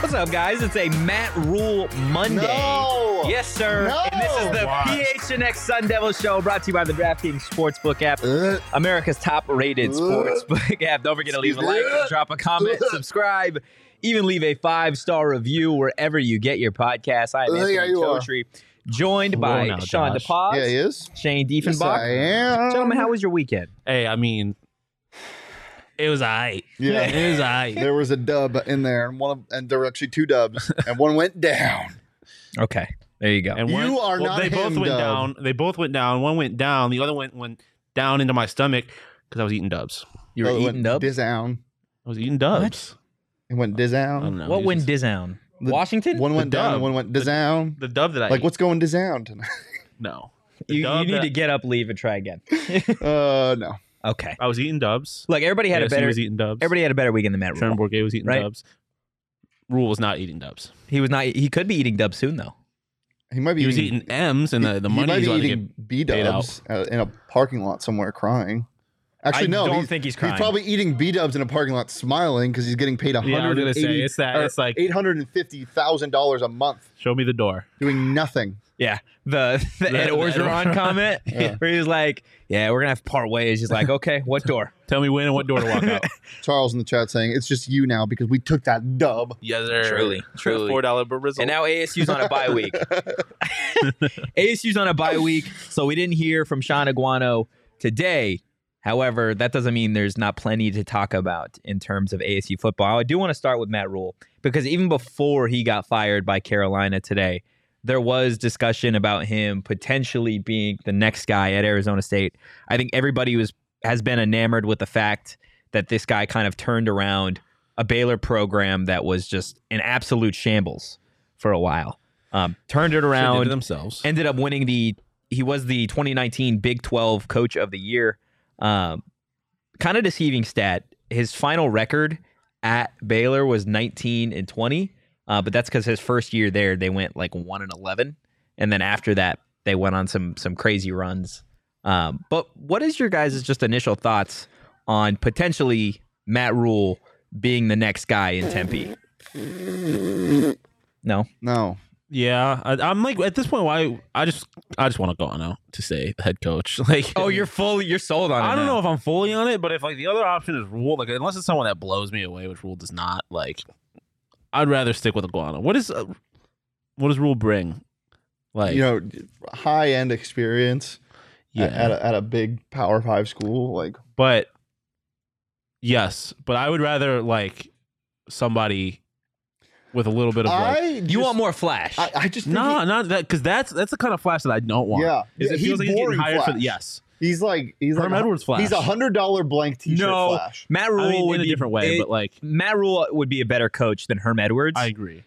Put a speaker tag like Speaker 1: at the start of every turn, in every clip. Speaker 1: What's up, guys? It's a Matt Rule Monday.
Speaker 2: No!
Speaker 1: Yes, sir.
Speaker 2: No!
Speaker 1: And this is the
Speaker 2: What?
Speaker 1: PHNX Sun Devil Show brought to you by the DraftKings Sportsbook app,
Speaker 2: Uh,
Speaker 1: America's top rated
Speaker 2: Uh.
Speaker 1: sportsbook app. Don't forget to leave a like,
Speaker 2: Uh.
Speaker 1: drop a comment,
Speaker 2: Uh.
Speaker 1: subscribe, even leave a five star review wherever you get your podcast. I am
Speaker 2: Uh,
Speaker 1: Anthony
Speaker 2: yeah, you are.
Speaker 1: Chotry, joined by
Speaker 3: Hello now,
Speaker 1: Sean
Speaker 3: Josh.
Speaker 1: DePaz,
Speaker 2: yeah, he is.
Speaker 1: Shane
Speaker 2: Yes, I
Speaker 1: Diefenbach.
Speaker 2: am.
Speaker 1: Gentlemen, how was your weekend?
Speaker 3: Hey, I mean, it was I.
Speaker 2: Yeah.
Speaker 3: It was I.
Speaker 2: there was a dub in there, and one of, and there were actually two dubs, and one went down.
Speaker 1: Okay. There you go.
Speaker 3: And
Speaker 2: You are not
Speaker 3: They
Speaker 2: him,
Speaker 3: both went
Speaker 2: Dub.
Speaker 3: down. They both went down. One went down. The other went went down into my stomach because I was eating dubs.
Speaker 1: you were
Speaker 2: Oh, it
Speaker 1: eating
Speaker 2: went
Speaker 1: up.
Speaker 2: Disown.
Speaker 3: I was eating dubs.
Speaker 2: It went
Speaker 3: I don't
Speaker 2: disown.
Speaker 3: know.
Speaker 1: what
Speaker 3: It was
Speaker 1: went
Speaker 3: just-
Speaker 1: down?
Speaker 2: The-
Speaker 1: Washington?
Speaker 2: One went down,
Speaker 3: dub.
Speaker 2: and one went disown.
Speaker 3: the dub that I
Speaker 2: Like,
Speaker 3: ate.
Speaker 2: what's going disown tonight?
Speaker 3: no? The
Speaker 1: You,
Speaker 3: dub
Speaker 1: you need
Speaker 3: that-
Speaker 1: to get up, leave, and try again.
Speaker 2: Uh, no.
Speaker 1: okay.
Speaker 3: I was eating dubs.
Speaker 1: Look, everybody had a
Speaker 3: ASU
Speaker 1: better
Speaker 3: was eating dubs.
Speaker 1: everybody had a better weekend than Matt
Speaker 3: Sharon
Speaker 1: Rule.
Speaker 3: Bourget was eating
Speaker 1: Right.
Speaker 3: dubs. Rule was not eating dubs.
Speaker 1: He was not. He could be eating dub soon though.
Speaker 2: He might be
Speaker 3: He was
Speaker 2: eating,
Speaker 3: eating M's and the, the
Speaker 2: he
Speaker 3: money
Speaker 2: might be
Speaker 3: he's going to
Speaker 2: eating
Speaker 3: get.
Speaker 2: B
Speaker 3: paid out.
Speaker 2: dubs uh, in a parking lot somewhere crying. Actually,
Speaker 1: I
Speaker 2: no.
Speaker 1: don't
Speaker 2: he's,
Speaker 1: think he's crying.
Speaker 2: He's probably eating B dubs in a parking lot, smiling because he's getting paid a
Speaker 3: Yeah, I was
Speaker 2: hundred
Speaker 3: gonna
Speaker 2: and
Speaker 3: say,
Speaker 2: eighty.
Speaker 3: it's that-
Speaker 2: or
Speaker 3: it's like-
Speaker 2: eight hundred and fifty thousand dollars a month
Speaker 3: Show me the door.
Speaker 2: doing nothing.
Speaker 1: Yeah, the, the
Speaker 3: The-
Speaker 1: Ed
Speaker 3: the
Speaker 1: Orgeron
Speaker 3: Orgeron.
Speaker 1: comment where he was like, "Yeah, we're gonna have to part ways." He's like, "Okay, what door?"
Speaker 3: Tell me when and what door to walk out.
Speaker 2: Charles in the chat saying it's just you now because we took that dub.
Speaker 3: yes, sir.
Speaker 1: Truly, truly.
Speaker 3: Four dollar barizzle.
Speaker 1: And now ASU's on a bye week. ASU's on a bye week, so we didn't hear from Sean Iguano today. However, that doesn't mean there's not plenty to talk about in terms of ASU football. I do want to start with Matt Rule because even before he got fired by Carolina today, there was discussion about him potentially being the next guy at Arizona State. I think everybody was has been enamored with the fact that this guy kind of turned around a Baylor program that was just an absolute shambles for a while. Um, turned it
Speaker 3: They did
Speaker 1: around
Speaker 3: it themselves.
Speaker 1: ended up winning the he was the 2019 Big 12 coach of the year. Um, kind of deceiving stat. His final record at Baylor was 19 and 20, uh, but that's because his first year there they went like one and 11, and then after that they went on some some crazy runs. Um, but what is your guys' just initial thoughts on potentially Matt Rule being the next guy in Tempe? No,
Speaker 2: No,
Speaker 3: Yeah, I, I'm like at this point. Why I just I just want to go on out to say the head coach. Like,
Speaker 1: Oh, you're fully you're sold on it.
Speaker 3: I don't
Speaker 1: now.
Speaker 3: know if I'm fully on it, but if like the other option is rule, like unless it's someone that blows me away, which rule does not. Like, I'd rather stick with Iguana. What is uh, what does rule bring? Like,
Speaker 2: you know, high end experience
Speaker 3: yeah,
Speaker 2: at, at, a, at a big Power Five school. Like,
Speaker 3: but yes, but I would rather like somebody with a little bit of like.
Speaker 2: I
Speaker 1: You want more flash?
Speaker 2: I, I just think
Speaker 3: No, not that because that's that's the kind of flash that I don't
Speaker 2: he-
Speaker 3: want.
Speaker 2: yeah,
Speaker 3: Is it
Speaker 2: he's
Speaker 3: feels like he's getting
Speaker 2: boring
Speaker 3: hired for
Speaker 2: Flash.
Speaker 3: yes.
Speaker 2: he's like he's
Speaker 3: Herm
Speaker 2: like
Speaker 3: Edwards flash.
Speaker 2: he's a hundred dollar blank T-shirt
Speaker 1: No.
Speaker 2: Flash.
Speaker 1: Matt Rule
Speaker 3: I mean,
Speaker 1: would
Speaker 3: in a
Speaker 1: be
Speaker 3: different way,
Speaker 1: it-
Speaker 3: but like
Speaker 1: Matt Rule would be a better coach than Herm Edwards.
Speaker 3: I agree.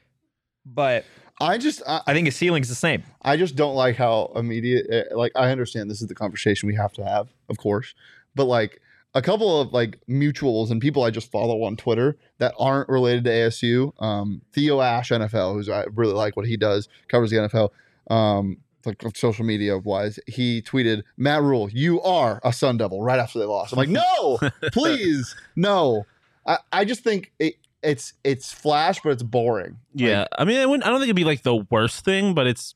Speaker 1: but
Speaker 2: I just I,
Speaker 1: I think his ceiling's the same.
Speaker 2: I just don't like how immediate. uh, Like, I understand this is the conversation we have to have, of course, but like a couple of like mutuals and people I just follow on Twitter that aren't related to ASU. Um, Theo Ash, NFL, who's I really like what he does, covers the NFL. Um, like on social media wise, he tweeted, "Matt Rule, you are a Sun Devil." Right after they lost, I'm like, "No, please, no." I, I just think it, it's it's flash, but it's boring.
Speaker 3: Yeah, I mean, I, wouldn't, I don't think it'd be like the worst thing, but it's.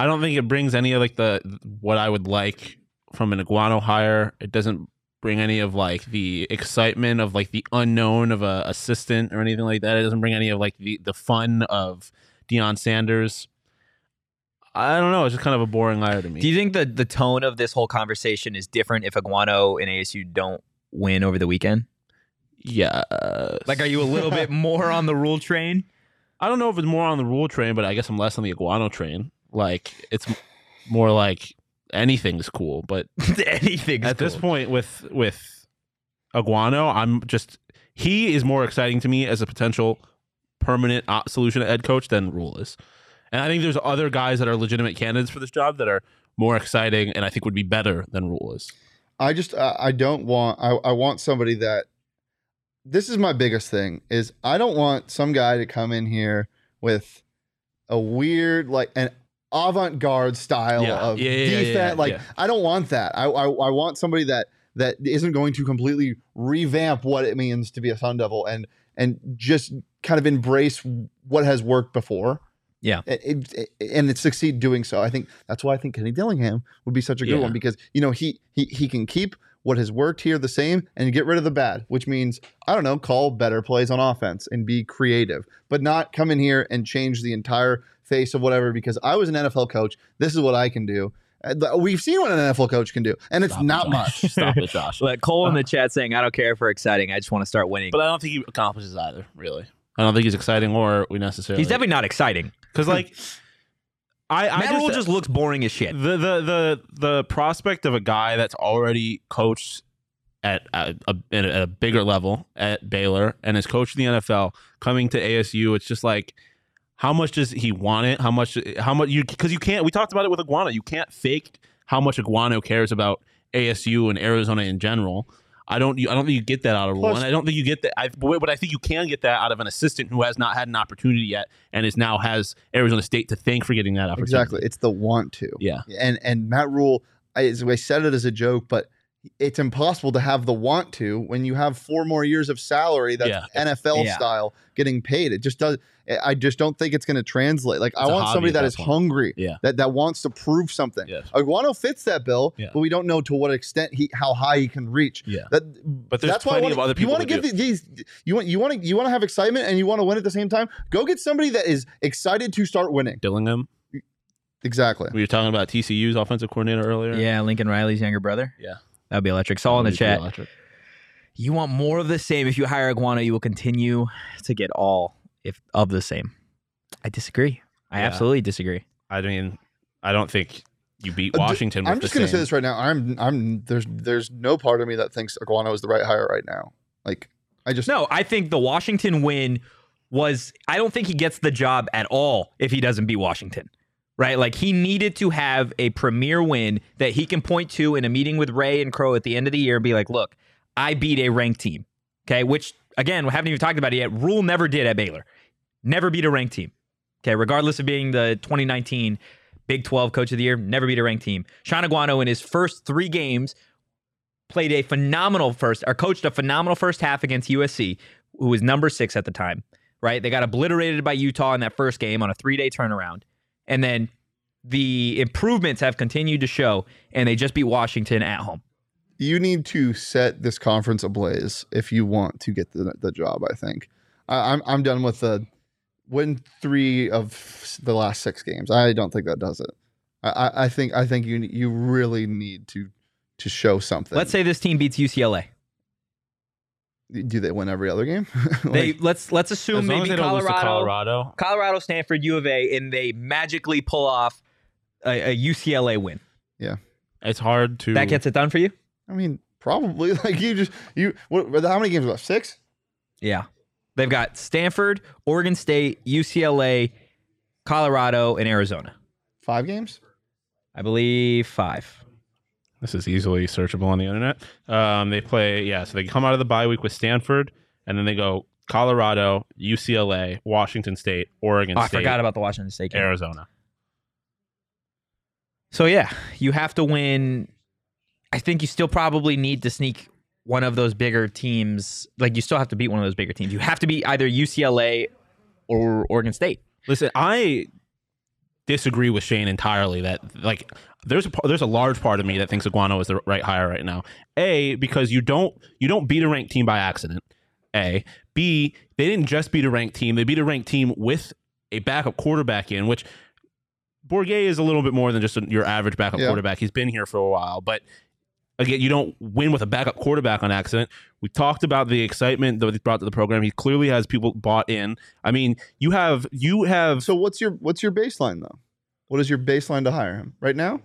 Speaker 3: I don't think it brings any of like the what I would like from an iguano hire. It doesn't bring any of like the excitement of like the unknown of a assistant or anything like that. It doesn't bring any of like the the fun of Deion Sanders. I don't know. It's just kind of a boring hire to me.
Speaker 1: Do you think the the tone of this whole conversation is different if Iguano and ASU don't win over the weekend?
Speaker 3: yeah.
Speaker 1: Like, are you a little bit more on the Rule train?
Speaker 3: I don't know if it's more on the rule train, but I guess I'm less on the iguano train. Like it's m- more like anything's cool. But
Speaker 1: Anything
Speaker 3: at this point with with Aguano, I'm just he is more exciting to me as a potential permanent op- solution at head coach than Rule is. And I think there's other guys that are legitimate candidates for this job that are more exciting and I think would be better than Rule is.
Speaker 2: I just I, I don't want I, I want somebody that this is my biggest thing is I don't want some guy to come in here with a weird like an avant-garde style
Speaker 3: Yeah.
Speaker 2: of
Speaker 3: Yeah, yeah, yeah,
Speaker 2: defense.
Speaker 3: yeah,
Speaker 2: like
Speaker 3: yeah.
Speaker 2: I don't want that. I, I I want somebody that that isn't going to completely revamp what it means to be a Sun Devil and and just kind of embrace what has worked before.
Speaker 1: Yeah.
Speaker 2: It- it- it- and it succeed doing so. I think that's why I think Kenny Dillingham would be such a good
Speaker 3: Yeah.
Speaker 2: one because you know he he he can keep what has worked here the same and get rid of the bad, which means I don't know, call better plays on offense and be creative, but not come in here and change the entire face of whatever. Because I was an NFL coach, this is what I can do. Uh, th- We've seen what an NFL coach can do, and it's
Speaker 3: Stop it,
Speaker 2: not
Speaker 3: Josh.
Speaker 2: much.
Speaker 3: Stop it, Josh.
Speaker 1: Like Cole in the chat saying, "I don't care if we're exciting. I just want to start winning."
Speaker 3: But I don't think he accomplishes either, really. I don't think he's exciting or we necessarily.
Speaker 1: He's definitely not exciting.
Speaker 3: because like I, I
Speaker 1: Matt
Speaker 3: just,
Speaker 1: Rule just looks boring as shit.
Speaker 3: the, the the the prospect of a guy that's already coached at a, a, at a bigger level at Baylor and is coached in the NFL coming to ASU. It's just like how much does he want it? How much? How much you? Because you can't. We talked about it with Iguana. You can't fake how much Iguano cares about ASU and Arizona in general. I don't. You, I don't think you get that out of Rule,
Speaker 2: Plus-
Speaker 3: and I don't think you get that. I, but but I think you can get that out of an assistant who has not had an opportunity yet, and is now has Arizona State to thank for getting that opportunity.
Speaker 2: exactly, it's the want to.
Speaker 3: Yeah.
Speaker 2: and and Matt Rule, I, as I said it as a joke, but it's impossible to have the want to when you have four more years of salary that's
Speaker 3: Yeah.
Speaker 2: NFL
Speaker 1: Yeah.
Speaker 2: style getting paid. It just does. I- I just don't think it's going to translate. Like I
Speaker 3: It's a
Speaker 2: want
Speaker 3: hobby
Speaker 2: somebody
Speaker 3: at
Speaker 2: that
Speaker 3: that
Speaker 2: is
Speaker 3: point.
Speaker 2: hungry,
Speaker 3: Yeah.
Speaker 2: that that wants to prove something.
Speaker 3: Yes.
Speaker 2: Iguano fits that bill,
Speaker 3: Yeah.
Speaker 2: but we don't know to what extent he, how high he can reach.
Speaker 3: Yeah.
Speaker 2: That,
Speaker 3: But there's
Speaker 2: that's why I wanna-
Speaker 3: plenty of other
Speaker 2: You
Speaker 3: people
Speaker 2: want to
Speaker 3: to
Speaker 2: give the-
Speaker 3: do
Speaker 2: these. You want you want to you want to have excitement and you want to win at the same time. Go get somebody that is excited to start winning.
Speaker 3: Dillingham.
Speaker 2: Exactly.
Speaker 3: We were talking about TCU's offensive coordinator earlier.
Speaker 1: Yeah, Lincoln Riley's younger brother.
Speaker 3: Yeah.
Speaker 1: That'd be electric. Saul in the
Speaker 3: Really
Speaker 1: chat.
Speaker 3: electric.
Speaker 1: You want more of the same. If you hire Iguana, you will continue to get all if of the same. I disagree. I
Speaker 3: Yeah.
Speaker 1: absolutely disagree.
Speaker 3: I mean, I don't think you beat
Speaker 2: Uh, d-
Speaker 3: Washington.
Speaker 2: I'm
Speaker 3: with
Speaker 2: just
Speaker 3: the
Speaker 2: gonna say
Speaker 3: same-
Speaker 2: this right now. I'm I'm there's there's no part of me that thinks Iguano is the right hire right now. Like I just
Speaker 1: No, I think the Washington win was I don't think he gets the job at all if he doesn't beat Washington. Right? Like he needed to have a premier win that he can point to in a meeting with Ray and Crow at the end of the year and be like, "Look, I beat a ranked team." Okay? Which again, we haven't even talked about it yet. Rule never did at Baylor. Never beat a ranked team. Okay, regardless of being the 2019 Big 12 Coach of the Year, never beat a ranked team. Sean Aguano in his first three games played a phenomenal first or coached a phenomenal first half against USC, who was number six at the time. Right, they got obliterated by Utah in that first game on a three-day turnaround, and then the improvements have continued to show, and they just beat Washington at home.
Speaker 2: you need to set this conference ablaze if you want to get the, the job. I think I, I'm I'm done with the win three of the last six games. I don't think that does it. I, I, I think I think you you really need to to show something.
Speaker 1: Let's say this team beats UCLA.
Speaker 2: do they win every other game? Like,
Speaker 1: They let's let's assume
Speaker 3: As long
Speaker 1: they
Speaker 3: as
Speaker 1: beat
Speaker 3: they don't lose to
Speaker 1: Colorado.
Speaker 3: Colorado.
Speaker 1: Colorado, Stanford, U of A, and they magically pull off a, a UCLA win.
Speaker 3: It's hard to.
Speaker 1: That gets it done for you?
Speaker 2: I mean, probably like you just you. What, how many games left? Six.
Speaker 1: Yeah. They've got Stanford, Oregon State, UCLA, Colorado, and Arizona.
Speaker 2: Five games.
Speaker 1: I believe five.
Speaker 3: this is easily searchable on the internet. Um, they play, yeah. So they come out of the bye week with Stanford, and then they go Colorado, UCLA, Washington State, Oregon
Speaker 1: Oh, I
Speaker 3: State,
Speaker 1: forgot about the Washington State game.
Speaker 3: Arizona.
Speaker 1: So yeah, you have to win. I think you still probably need to sneak one of those bigger teams. Like you still have to beat one of those bigger teams. You have to beat either UCLA or Oregon State.
Speaker 3: Listen, I disagree with Shane entirely that like there's a par- there's a large part of me that thinks Iguano is the right hire right now. A because you don't you don't beat a ranked team by accident. A B they didn't just beat a ranked team, they beat a ranked team with a backup quarterback in which Bourget is a little bit more than just a- your average backup
Speaker 2: Yeah.
Speaker 3: quarterback. He's been here for a while, but again, you don't win with a backup quarterback on accident. We talked about the excitement that he brought to the program. He clearly has people bought in. I mean, you have you have
Speaker 2: So what's your what's your baseline though? What is your baseline to hire him right now?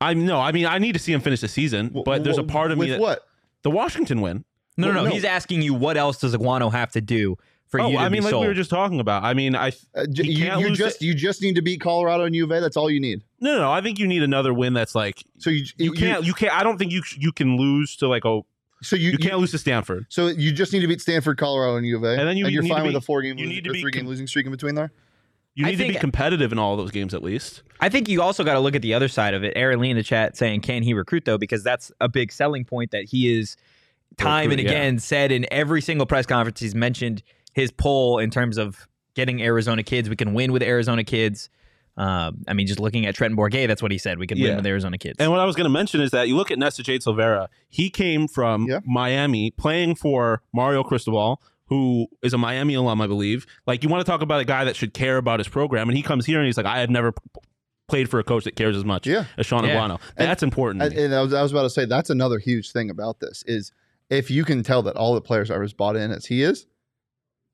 Speaker 3: I'm no, I mean I need to see him finish the season,
Speaker 2: Wh-
Speaker 3: but there's a
Speaker 2: wh-
Speaker 3: part of
Speaker 2: with
Speaker 3: me that
Speaker 2: what?
Speaker 3: the Washington win.
Speaker 1: No, no, no,
Speaker 2: Well, no.
Speaker 1: He's asking you what else does Iguano have to do for
Speaker 3: oh,
Speaker 1: you to
Speaker 3: I mean,
Speaker 1: be
Speaker 3: like
Speaker 1: sold.
Speaker 3: we were just talking about. I mean, I th-
Speaker 2: Uh, j-
Speaker 3: He
Speaker 2: you,
Speaker 3: can't
Speaker 2: you
Speaker 3: lose
Speaker 2: just you just need to beat Colorado and U of A. That's all you need.
Speaker 3: no, no, no, I think you need another win that's like
Speaker 2: So you
Speaker 3: you can't, you can't. I don't think you sh- you can lose to like a
Speaker 2: so you,
Speaker 3: you, can't lose to Stanford.
Speaker 2: So you just need to beat Stanford, Colorado, and U of A,
Speaker 3: And then you
Speaker 2: are
Speaker 3: need to
Speaker 2: fine with
Speaker 3: be-
Speaker 2: a four game
Speaker 3: you
Speaker 2: losing,
Speaker 3: need to
Speaker 2: or
Speaker 3: be
Speaker 2: three game
Speaker 3: com-
Speaker 2: losing streak in between there.
Speaker 3: You
Speaker 1: I
Speaker 3: need to be
Speaker 1: think-
Speaker 3: competitive in all those games at least.
Speaker 1: I think you also got to look at the other side of it. Aaron Lee in the chat saying, "Can he recruit though?" Because that's a big selling point that he is time and
Speaker 3: Recruit, yeah.
Speaker 1: again said in every single press conference. He's mentioned his pull in terms of getting Arizona kids. We can win with Arizona kids. Um, I mean, just looking at Trenton Bourget, that's what he said. We can win
Speaker 3: Yeah.
Speaker 1: with Arizona kids.
Speaker 3: And what I was going to mention is that you look at Nesta Jade Silvera. He came from
Speaker 2: Yeah.
Speaker 3: Miami playing for Mario Cristobal, who is a Miami alum, I believe. Like, you want to talk about a guy that should care about his program. And he comes here and he's like, I have never p- played for a coach that cares as much
Speaker 2: Yeah.
Speaker 3: as Sean
Speaker 1: Yeah.
Speaker 3: Iguano.
Speaker 2: And-
Speaker 3: That's important.
Speaker 2: And, and I, was, I was about to say that's another huge thing about this is if you can tell that all the players are as bought in as he is,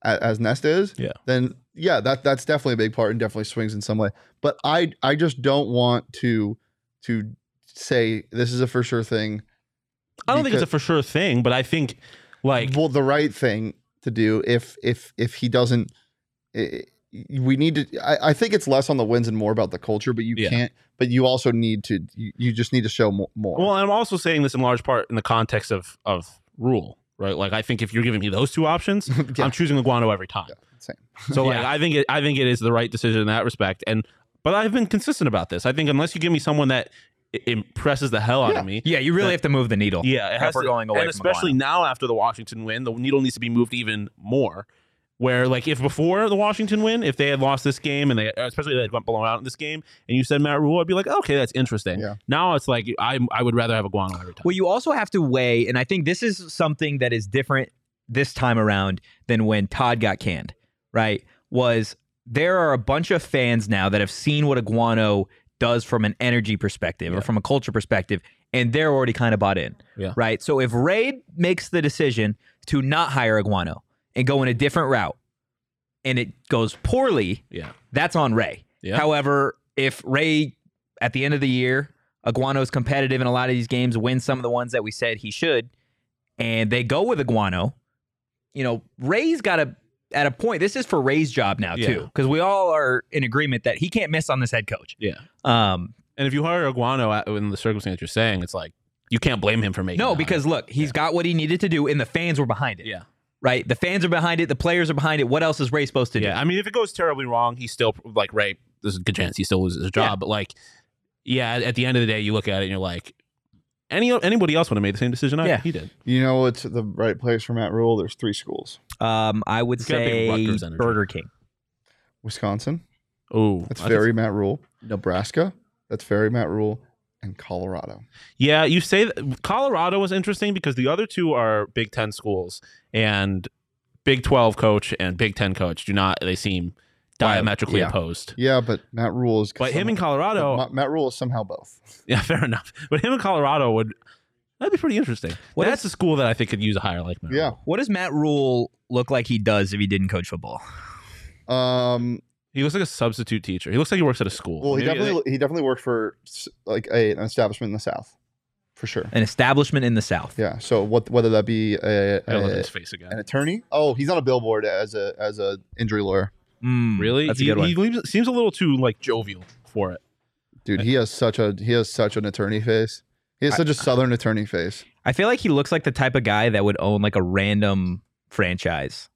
Speaker 2: as, as Nesta is,
Speaker 3: Yeah.
Speaker 2: then yeah, that that's definitely a big part and definitely swings in some way. But I I just don't want to to say this is a for sure thing.
Speaker 3: I don't think it's a
Speaker 2: because-
Speaker 3: for sure thing, but I think, like,
Speaker 2: well the right thing to do if if if he doesn't i- i- we need to I, I think it's less on the wins and more about the culture but you
Speaker 3: Yeah.
Speaker 2: can't but you also need to you, you just need to show mo- more
Speaker 3: well, I'm also saying this in large part in the context of, of rule, right? Like, I think if you're giving me those two options,
Speaker 2: Yeah,
Speaker 3: I'm choosing Iguano every time.
Speaker 2: same.
Speaker 3: So like
Speaker 1: Yeah.
Speaker 3: I think it, I think it is the right decision in that respect. And but I've been consistent about this. I think unless you give me someone that i- impresses the hell out
Speaker 2: Yeah.
Speaker 3: of me,
Speaker 1: yeah, you really have to move the needle.
Speaker 3: yeah, it has
Speaker 1: we're
Speaker 3: to-
Speaker 1: going away
Speaker 3: And
Speaker 1: from
Speaker 3: especially now after the Washington win, the needle needs to be moved even more. Where like if before the Washington win, if they had lost this game and they especially they went blown out in this game, and you said Matt Rule, I'd be like, okay, that's interesting.
Speaker 2: Yeah.
Speaker 3: Now it's like I I would rather have Iguano every time.
Speaker 1: Well, you also have to weigh, and I think this is something that is different this time around than when Todd got canned, right? Was there are a bunch of fans now that have seen what Iguano does from an energy perspective or
Speaker 3: Yeah.
Speaker 1: from a culture perspective, and they're already kind of bought in,
Speaker 3: Yeah.
Speaker 1: right? So if Raid makes the decision to not hire Iguano and go in a different route, and it goes poorly,
Speaker 3: yeah.
Speaker 1: that's on Ray.
Speaker 3: Yeah.
Speaker 1: However, if Ray at the end of the year, Iguano's competitive in a lot of these games, wins some of the ones that we said he should, and they go with Iguano, you know, Ray's got to at a point. This is for Ray's job now
Speaker 3: Yeah.
Speaker 1: too, because we all are in agreement that he can't miss on this head coach.
Speaker 3: Yeah.
Speaker 1: Um,
Speaker 3: And if you hire Iguano at- in the circumstance you're saying, it's like you can't blame him for making that
Speaker 1: no,
Speaker 3: hire.
Speaker 1: because look, he's got what he needed to do, and the fans were behind it.
Speaker 3: yeah.
Speaker 1: Right, the fans are behind it. The players are behind it. What else is Ray supposed to do?
Speaker 3: Yeah, I mean, if it goes terribly wrong, he still like Ray. There's a good chance he still loses his job.
Speaker 1: Yeah.
Speaker 3: But like, yeah, at- at the end of the day, you look at it and you're like, any anybody else would have made the same decision? I,
Speaker 1: Yeah.
Speaker 3: he did.
Speaker 2: you know it's the right place for matt rule there's three schools
Speaker 1: Um, I would
Speaker 3: He's got a big
Speaker 1: say
Speaker 3: Rutgers energy.
Speaker 1: Burger King.
Speaker 2: wisconsin
Speaker 3: Oh,
Speaker 2: that's very matt rule nebraska that's very matt rule and colorado
Speaker 3: Yeah, you say that Colorado was interesting because the other two are Big Ten schools and Big Twelve coach and Big Ten coach do not. They seem diametrically
Speaker 1: Yeah.
Speaker 3: opposed.
Speaker 2: yeah but matt rule is
Speaker 3: But him in
Speaker 2: somehow-
Speaker 3: Colorado,
Speaker 2: Ma- matt rule is somehow both
Speaker 3: yeah, fair enough. But him in Colorado would that'd be pretty interesting.
Speaker 1: What
Speaker 3: that's a school that I think could use a hire like Matt
Speaker 2: yeah
Speaker 3: Rule.
Speaker 1: What does Matt Rule look like he does if he didn't coach football?
Speaker 2: um
Speaker 3: He looks like a substitute teacher. He looks like he works at a school.
Speaker 2: well he
Speaker 3: Maybe
Speaker 2: definitely he definitely worked for s- like a, an establishment in the south for sure
Speaker 1: An establishment in the South.
Speaker 2: Yeah. So what whether that be a,
Speaker 3: I love
Speaker 2: a-
Speaker 3: his face again.
Speaker 2: an attorney? Oh, he's on a billboard as a as a injury lawyer.
Speaker 1: Mm,
Speaker 3: Really?
Speaker 1: That's
Speaker 3: he,
Speaker 1: a good one.
Speaker 3: he leaves- seems a little too like jovial for it.
Speaker 2: Dude, he has such a he has such an attorney face. He has
Speaker 1: I-
Speaker 2: such a southern attorney face.
Speaker 1: I feel like he looks like the type of guy that would own like a random franchise.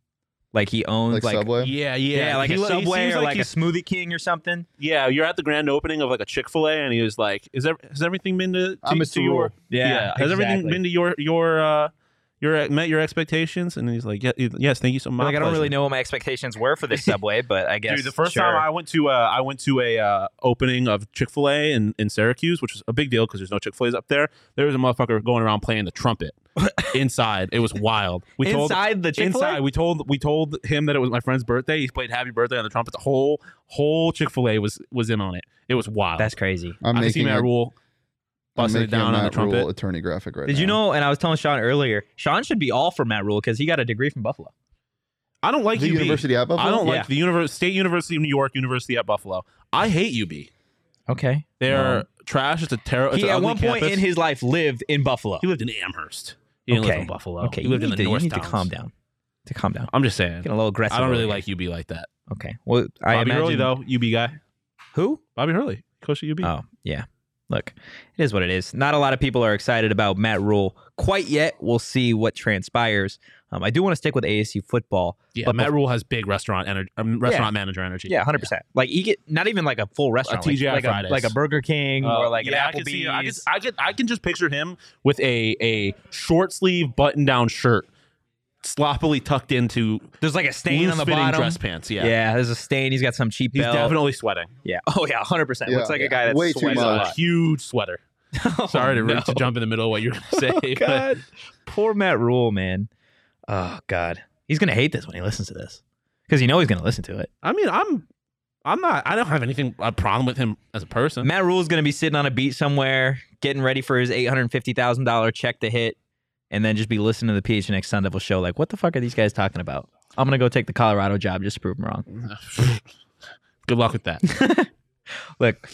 Speaker 1: Like he owns
Speaker 2: Like,
Speaker 1: like,
Speaker 2: Subway.
Speaker 3: Yeah, yeah,
Speaker 1: yeah, like
Speaker 3: He
Speaker 1: a
Speaker 3: lo- he
Speaker 1: Subway
Speaker 3: seems
Speaker 1: or like, a
Speaker 3: he's-
Speaker 1: Smoothie King or something.
Speaker 3: yeah. You're at the grand opening of like a Chick Fil A, and he was like, "Is ev- has everything been to, to,
Speaker 2: I'm Mr.
Speaker 3: to your
Speaker 2: Rule.
Speaker 3: yeah, has everything been to your your uh your met your expectations?" And he's like, "Yeah, yes, thank you so much."
Speaker 1: like I don't really know what my expectations were for this Subway, but I guess
Speaker 3: Dude, the first
Speaker 1: sure.
Speaker 3: time I went to uh, I went to a uh, opening of Chick Fil A in, in Syracuse, which was a big deal because there's no Chick Fil A's up there. There was a motherfucker going around playing the trumpet inside. It was wild. We told
Speaker 1: inside the Chick Fil
Speaker 3: inside
Speaker 1: A.
Speaker 3: we told we told him that it was my friend's birthday. He played Happy Birthday on the trumpet. The whole whole Chick Fil A was was in on it. It was wild.
Speaker 1: That's crazy.
Speaker 2: I'm
Speaker 3: I can see
Speaker 2: making
Speaker 3: Matt
Speaker 2: a,
Speaker 3: Rule
Speaker 2: I'm
Speaker 3: busting
Speaker 2: making
Speaker 3: it down
Speaker 2: a
Speaker 3: on the
Speaker 2: Matt Rule
Speaker 3: trumpet.
Speaker 2: attorney graphic right
Speaker 1: Did you
Speaker 2: now.
Speaker 1: know? And I was telling Sean earlier, Sean should be all for Matt Rule because he got a degree from Buffalo.
Speaker 3: I don't like
Speaker 2: the
Speaker 3: UB.
Speaker 2: University at Buffalo?
Speaker 3: I don't
Speaker 1: Yeah.
Speaker 3: like the universe, State University of New York, University at Buffalo. I hate UB.
Speaker 1: Okay.
Speaker 3: They're
Speaker 1: Um,
Speaker 3: trash. It's a terrible.
Speaker 1: he at one point in his life lived in Buffalo.
Speaker 3: he lived in Amherst. He didn't
Speaker 1: Okay.
Speaker 3: live in Buffalo.
Speaker 1: okay.
Speaker 3: he lived
Speaker 1: you
Speaker 3: in the
Speaker 1: need to,
Speaker 3: north.
Speaker 1: You need to
Speaker 3: towns.
Speaker 1: calm down. To calm down.
Speaker 3: I'm just saying.
Speaker 1: Getting a little aggressive.
Speaker 3: I don't really
Speaker 1: over
Speaker 3: like UB like that.
Speaker 1: here. Okay. Well, I
Speaker 3: Bobby
Speaker 1: imagine
Speaker 3: Hurley though, UB guy.
Speaker 1: who?
Speaker 3: Bobby Hurley, coach of UB.
Speaker 1: Oh, yeah. Look, it is what it is. Not a lot of people are excited about Matt Rule quite yet. We'll see what transpires. Um, I do want to stick with ASU football.
Speaker 3: yeah,
Speaker 1: but
Speaker 3: Matt Rule has big restaurant energy, um, restaurant manager energy.
Speaker 1: Yeah, hundred percent. Like you get not even like a full restaurant, like-
Speaker 3: TGI
Speaker 1: like,
Speaker 3: Fridays.
Speaker 1: a, like a Burger King
Speaker 3: Uh,
Speaker 1: or like
Speaker 3: yeah, I
Speaker 1: an
Speaker 3: can see- I can,
Speaker 1: Applebee's.
Speaker 3: I can I can just picture him with a a short sleeve button down shirt, sloppily tucked into
Speaker 1: There's like a stain
Speaker 3: loose
Speaker 1: on the
Speaker 3: fitting
Speaker 1: bottom.
Speaker 3: dress pants. Yeah,
Speaker 1: yeah. there's a stain. He's got some cheap
Speaker 3: he's
Speaker 1: belt.
Speaker 3: definitely sweating.
Speaker 1: yeah. Oh yeah, hundred percent.
Speaker 2: Yeah.
Speaker 1: Looks like a guy that's
Speaker 2: Way too
Speaker 1: sweating
Speaker 3: He's
Speaker 1: a
Speaker 3: a
Speaker 2: much.
Speaker 1: lot.
Speaker 3: huge sweater. Oh, Sorry to, to jump in the middle of what you were going to say. but-
Speaker 1: God. Poor Matt Rule, man. Oh God, he's gonna hate this when he listens to this because you know he's gonna listen to it.
Speaker 3: I mean, I'm I'm not. I don't have anything a problem with him as a person.
Speaker 1: Matt Rule's gonna be sitting on a beach somewhere, getting ready for his eight hundred fifty thousand dollar check to hit, and then just be listening to the PHNX Sun Devil show. Like, what the fuck are these guys talking about? I'm gonna go take the Colorado job just to prove them wrong.
Speaker 3: Good luck with that.
Speaker 1: Look,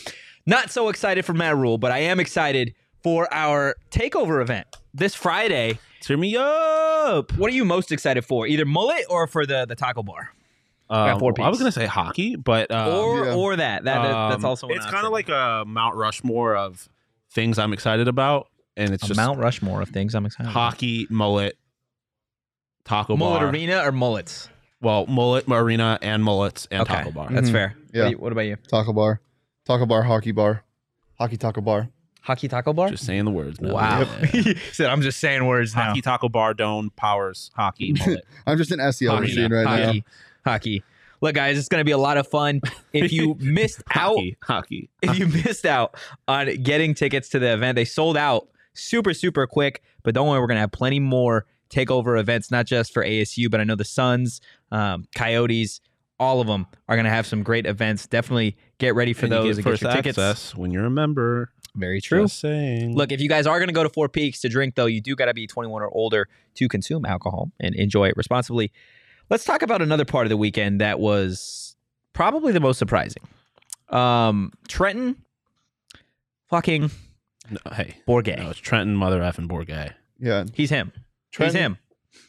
Speaker 1: not so excited for Matt Rule, but I am excited for our takeover event this Friday.
Speaker 3: Tear me up.
Speaker 1: What are you most excited for? Either mullet or for the the taco bar,
Speaker 3: Um,
Speaker 1: four
Speaker 3: I was
Speaker 1: piece.
Speaker 3: gonna say hockey, but um,
Speaker 1: or
Speaker 2: yeah.
Speaker 1: or that. That, that- that's
Speaker 3: um,
Speaker 1: also an
Speaker 3: it's
Speaker 1: option.
Speaker 3: kind of like a Mount Rushmore of things I'm excited about, and it's
Speaker 1: a
Speaker 3: just
Speaker 1: Mount Rushmore of things I'm excited. about.
Speaker 3: hockey, mullet, taco
Speaker 1: mullet
Speaker 3: bar,
Speaker 1: arena or mullets?
Speaker 3: well, mullet arena and mullets and
Speaker 1: okay,
Speaker 3: taco bar.
Speaker 1: That's
Speaker 2: Mhm.
Speaker 1: fair. What
Speaker 2: Yeah.
Speaker 1: do you- What about you?
Speaker 2: Taco bar, taco bar, hockey bar, hockey taco bar.
Speaker 1: Hockey taco bar.
Speaker 3: Just saying the words. now.
Speaker 1: wow.
Speaker 3: Yeah.
Speaker 1: he said, "I'm just saying words now."
Speaker 3: Hockey, taco bar, dome, powers, hockey, mullet.
Speaker 2: I'm just an SEO
Speaker 3: Hockey,
Speaker 2: machine right now.
Speaker 1: hockey, hockey. Look, guys, it's going to be a lot of fun. If you missed out
Speaker 3: hockey, hockey.
Speaker 1: if you missed out on getting tickets to the event, they sold out super, super quick. But don't worry, we're going to have plenty more takeover events, not just for ASU, but I know the Suns, um, Coyotes, all of them are going to have some great events. Definitely get ready for
Speaker 3: And you
Speaker 1: those and
Speaker 3: first
Speaker 1: get your tickets.
Speaker 3: access when you're a member.
Speaker 1: Very true.
Speaker 3: Just saying.
Speaker 1: Look, if you guys are going to go to Four Peaks to drink, though, you do got to be 21 or older to consume alcohol and enjoy it responsibly. Let's talk about another part of the weekend that was probably the most surprising. Um, Trenton fucking
Speaker 3: No, hey,
Speaker 1: Borgay.
Speaker 3: no, it's Trenton, mother effing Borgay.
Speaker 2: Yeah,
Speaker 1: He's him. He's him.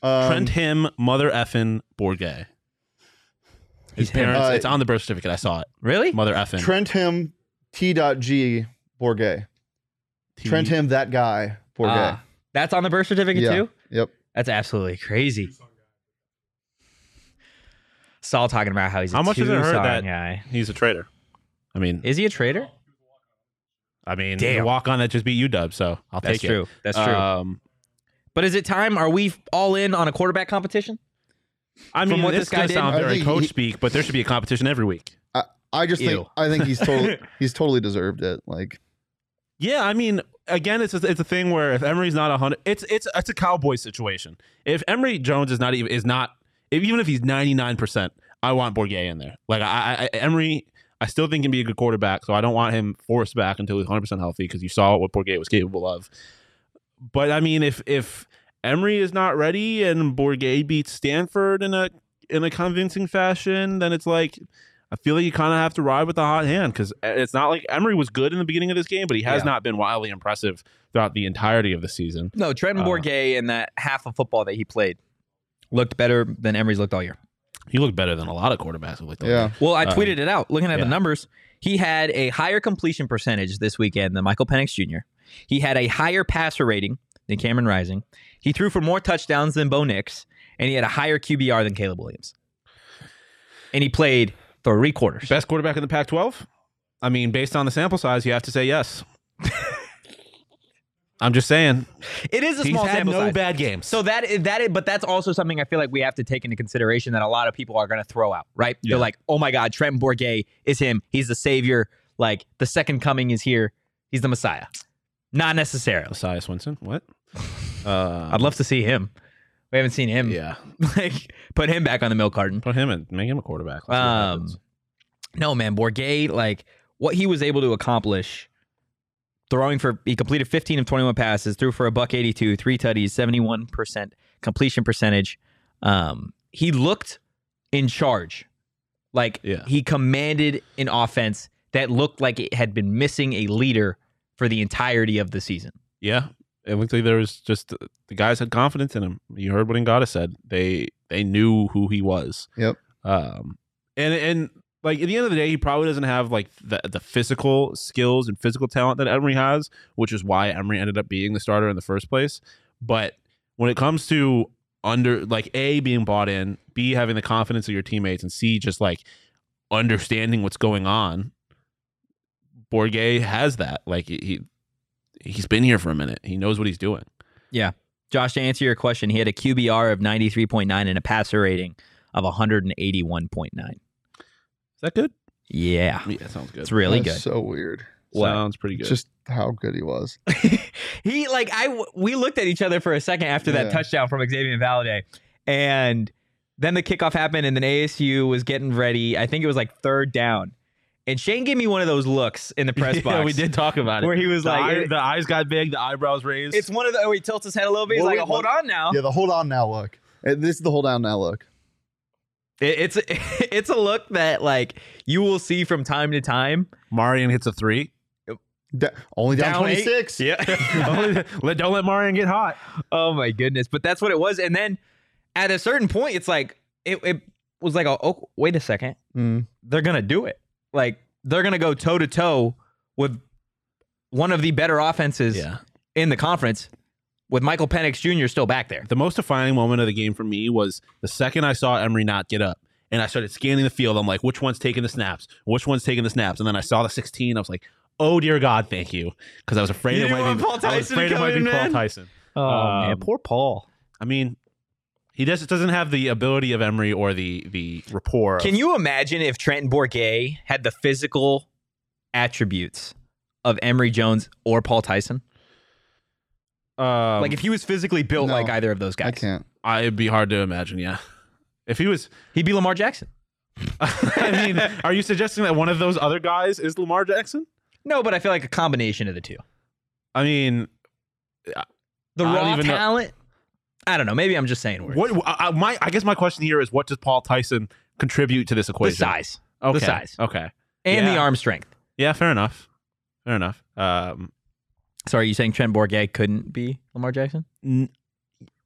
Speaker 2: um,
Speaker 3: Trent him, mother effing Borgay. His
Speaker 1: He's him.
Speaker 3: parents.
Speaker 2: Uh,
Speaker 3: it's on the birth certificate. I saw it.
Speaker 1: Really?
Speaker 3: Mother effing.
Speaker 2: Trent him. T. Dot G. Borgay.
Speaker 3: T-
Speaker 2: Trent him. That guy. Borgay.
Speaker 1: Ah, that's on the birth certificate
Speaker 2: Yeah.
Speaker 1: too?
Speaker 2: Yep.
Speaker 1: That's absolutely crazy. Saul talking about how he's a
Speaker 3: How much has it hurt
Speaker 1: Tucson
Speaker 3: that-
Speaker 1: guy.
Speaker 3: He's a traitor. I mean,
Speaker 1: Is he a traitor?
Speaker 3: I mean,
Speaker 1: Damn.
Speaker 3: walk on that just beat UW. So I'll
Speaker 1: That's
Speaker 3: take it.
Speaker 1: true. That's true.
Speaker 3: Um,
Speaker 1: but is it time? Are we all in on a quarterback competition?
Speaker 3: I
Speaker 1: From
Speaker 3: mean,
Speaker 1: what
Speaker 3: this,
Speaker 1: this guy
Speaker 3: guy
Speaker 1: did-
Speaker 3: sound
Speaker 2: I
Speaker 3: very
Speaker 2: think
Speaker 3: coach
Speaker 2: he-
Speaker 3: speak, but there should be a competition every week.
Speaker 2: I just
Speaker 1: Ew.
Speaker 2: think I think he's totally he's totally deserved it. Like
Speaker 3: Yeah, I mean, again, it's a, it's a thing where if Emery's not a hundred, it's it's it's a cowboy situation. If Emery Jones is not even is not if, even if he's ninety nine percent, I want Bourget in there. Like I, I, I Emery, I still think can be a good quarterback, so I don't want him forced back until he's hundred percent healthy because you saw what Bourget was capable of. But I mean, if if Emery is not ready and Bourget beats Stanford in a in a convincing fashion, then it's like I feel like you kind of have to ride with the hot hand because it's not like Emery was good in the beginning of this game, but he has
Speaker 1: Yeah.
Speaker 3: not been wildly impressive throughout the entirety of the season.
Speaker 1: No, Trenton
Speaker 3: Uh,
Speaker 1: Bourget in that half of football that he played looked better than Emery's looked all year.
Speaker 3: He looked better than a lot of quarterbacks. who looked like
Speaker 2: yeah,
Speaker 1: Well, I
Speaker 3: Um,
Speaker 1: tweeted it out. Looking at
Speaker 3: yeah.
Speaker 1: the numbers, he had a higher completion percentage this weekend than Michael Penix Jr. He had a higher passer rating than Cameron Rising. He threw for more touchdowns than Bo Nix, and he had a higher QBR than Caleb Williams. And he played three quarters.
Speaker 3: best quarterback in the Pac-12. I mean, based on the sample size, you have to say yes. I'm just saying
Speaker 1: It is a
Speaker 3: he's
Speaker 1: small
Speaker 3: had
Speaker 1: sample
Speaker 3: no
Speaker 1: size.
Speaker 3: bad games.
Speaker 1: So that is that is, but that's also something I feel like we have to take into consideration that a lot of people are going to throw out, right?
Speaker 3: Yeah.
Speaker 1: They're like, "Oh my god, Trenton Bourget is him. He's the savior. Like the second coming is here. He's the messiah." Not necessarily.
Speaker 3: Messiah Swinson, what? Uh,
Speaker 1: I'd love to see him. We haven't seen him.
Speaker 3: yeah,
Speaker 1: like put him back on the milk carton.
Speaker 3: put him in, make him a quarterback. Let's see what
Speaker 1: Um,
Speaker 3: happens.
Speaker 1: no man, Bourget, like what he was able to accomplish, throwing for he completed 15 of 21 passes, threw for a buck 82, three tutties, 71 percent completion percentage. Um, he looked in charge, like
Speaker 3: Yeah.
Speaker 1: he commanded an offense that looked like it had been missing a leader for the entirety of the season.
Speaker 3: Yeah, it looked like there was just uh, the guys had confidence in him. You heard what Ngata said. They they knew who he was.
Speaker 2: Yep.
Speaker 3: Um, and and like at the end of the day, he probably doesn't have like the the physical skills and physical talent that Emery has, which is why Emery ended up being the starter in the first place. But when it comes to under like a being bought in, b having the confidence of your teammates, and c just like understanding what's going on, Borgay has that. Like he- he he's been here for a minute. He knows what he's doing.
Speaker 1: Josh, to answer your question, he had a QBR of 93.9 and a passer rating of 181.9.
Speaker 3: Is that good?
Speaker 1: Yeah.
Speaker 3: Yeah, that sounds good.
Speaker 1: It's really
Speaker 2: That's
Speaker 1: good.
Speaker 2: So weird.
Speaker 1: What?
Speaker 3: Sounds pretty good.
Speaker 2: Just how good he was.
Speaker 1: he like I we looked at each other for a second after that
Speaker 2: Yeah.
Speaker 1: touchdown from Xavier Valade, and then the kickoff happened, and then ASU was getting ready. I think it was like third down, and Shane gave me one of those looks in the press box.
Speaker 3: Yeah, we did talk about it.
Speaker 1: where he was
Speaker 3: the,
Speaker 1: like,
Speaker 3: eye-
Speaker 1: it-
Speaker 3: the eyes got big, the eyebrows raised.
Speaker 1: It's one of the oh, he tilts his head a little bit. He's
Speaker 2: Well,
Speaker 1: like,
Speaker 2: wait,
Speaker 1: hold on now.
Speaker 2: Yeah, the hold on now look. Uh, This is the hold on now look.
Speaker 1: It- it's it's a look that like you will see from time to time.
Speaker 3: Marion hits a three.
Speaker 2: Da- only down,
Speaker 1: Down eight?
Speaker 2: 26.
Speaker 3: Yeah. Let- Don't let Marion get hot.
Speaker 1: Oh my goodness! But that's what it was. And then at a certain point, it's like it, it was like, oh, oh wait a second.
Speaker 2: Mm.
Speaker 1: they're gonna do it. Like they're gonna go toe to toe with one of the better offenses in the conference, with Michael Penix Jr. still back there.
Speaker 3: The most defining moment of the game for me was the second I saw Emery not get up and I started scanning the field. I'm like, which one's taking the snaps? Which one's taking the snaps? And then I saw the 16. I was like, oh, dear God, thank you. Because I was afraid
Speaker 1: You
Speaker 3: it
Speaker 1: didn't
Speaker 3: might
Speaker 1: want
Speaker 3: be,
Speaker 1: Paul
Speaker 3: I was
Speaker 1: Tyson to
Speaker 3: afraid it
Speaker 1: come
Speaker 3: might
Speaker 1: in,
Speaker 3: be Paul
Speaker 1: man.
Speaker 3: Tyson.
Speaker 1: Oh
Speaker 3: man,
Speaker 1: poor Paul.
Speaker 3: I mean, he just doesn't have the ability of Emery or the the rapport. of-
Speaker 1: Can you imagine if Trenton Bourget had the physical attributes of Emory Jones or Paul Tyson?
Speaker 3: um,
Speaker 1: like if he was physically built
Speaker 2: no,
Speaker 1: like either of those
Speaker 2: I
Speaker 1: guys,
Speaker 2: can't.
Speaker 3: I, it'd be hard to imagine. Yeah, if he was,
Speaker 1: he'd be Lamar Jackson.
Speaker 3: I mean, are you suggesting that one of those other guys is Lamar Jackson?
Speaker 1: No, but I feel like a combination of the two.
Speaker 3: I mean,
Speaker 1: The
Speaker 3: I don't
Speaker 1: raw
Speaker 3: even know-
Speaker 1: talent. I don't know. Maybe I'm just saying words.
Speaker 3: what? I, I- my, I guess my question here is, what does Paul Tyson contribute to this
Speaker 1: the
Speaker 3: equation?
Speaker 1: size
Speaker 3: Okay.
Speaker 1: size.
Speaker 3: Okay.
Speaker 1: and the
Speaker 3: Yeah.
Speaker 1: arm strength.
Speaker 3: Yeah. Fair enough. Fair enough. Um,
Speaker 1: Sorry, you saying Trent Bourget couldn't be Lamar Jackson?
Speaker 3: n-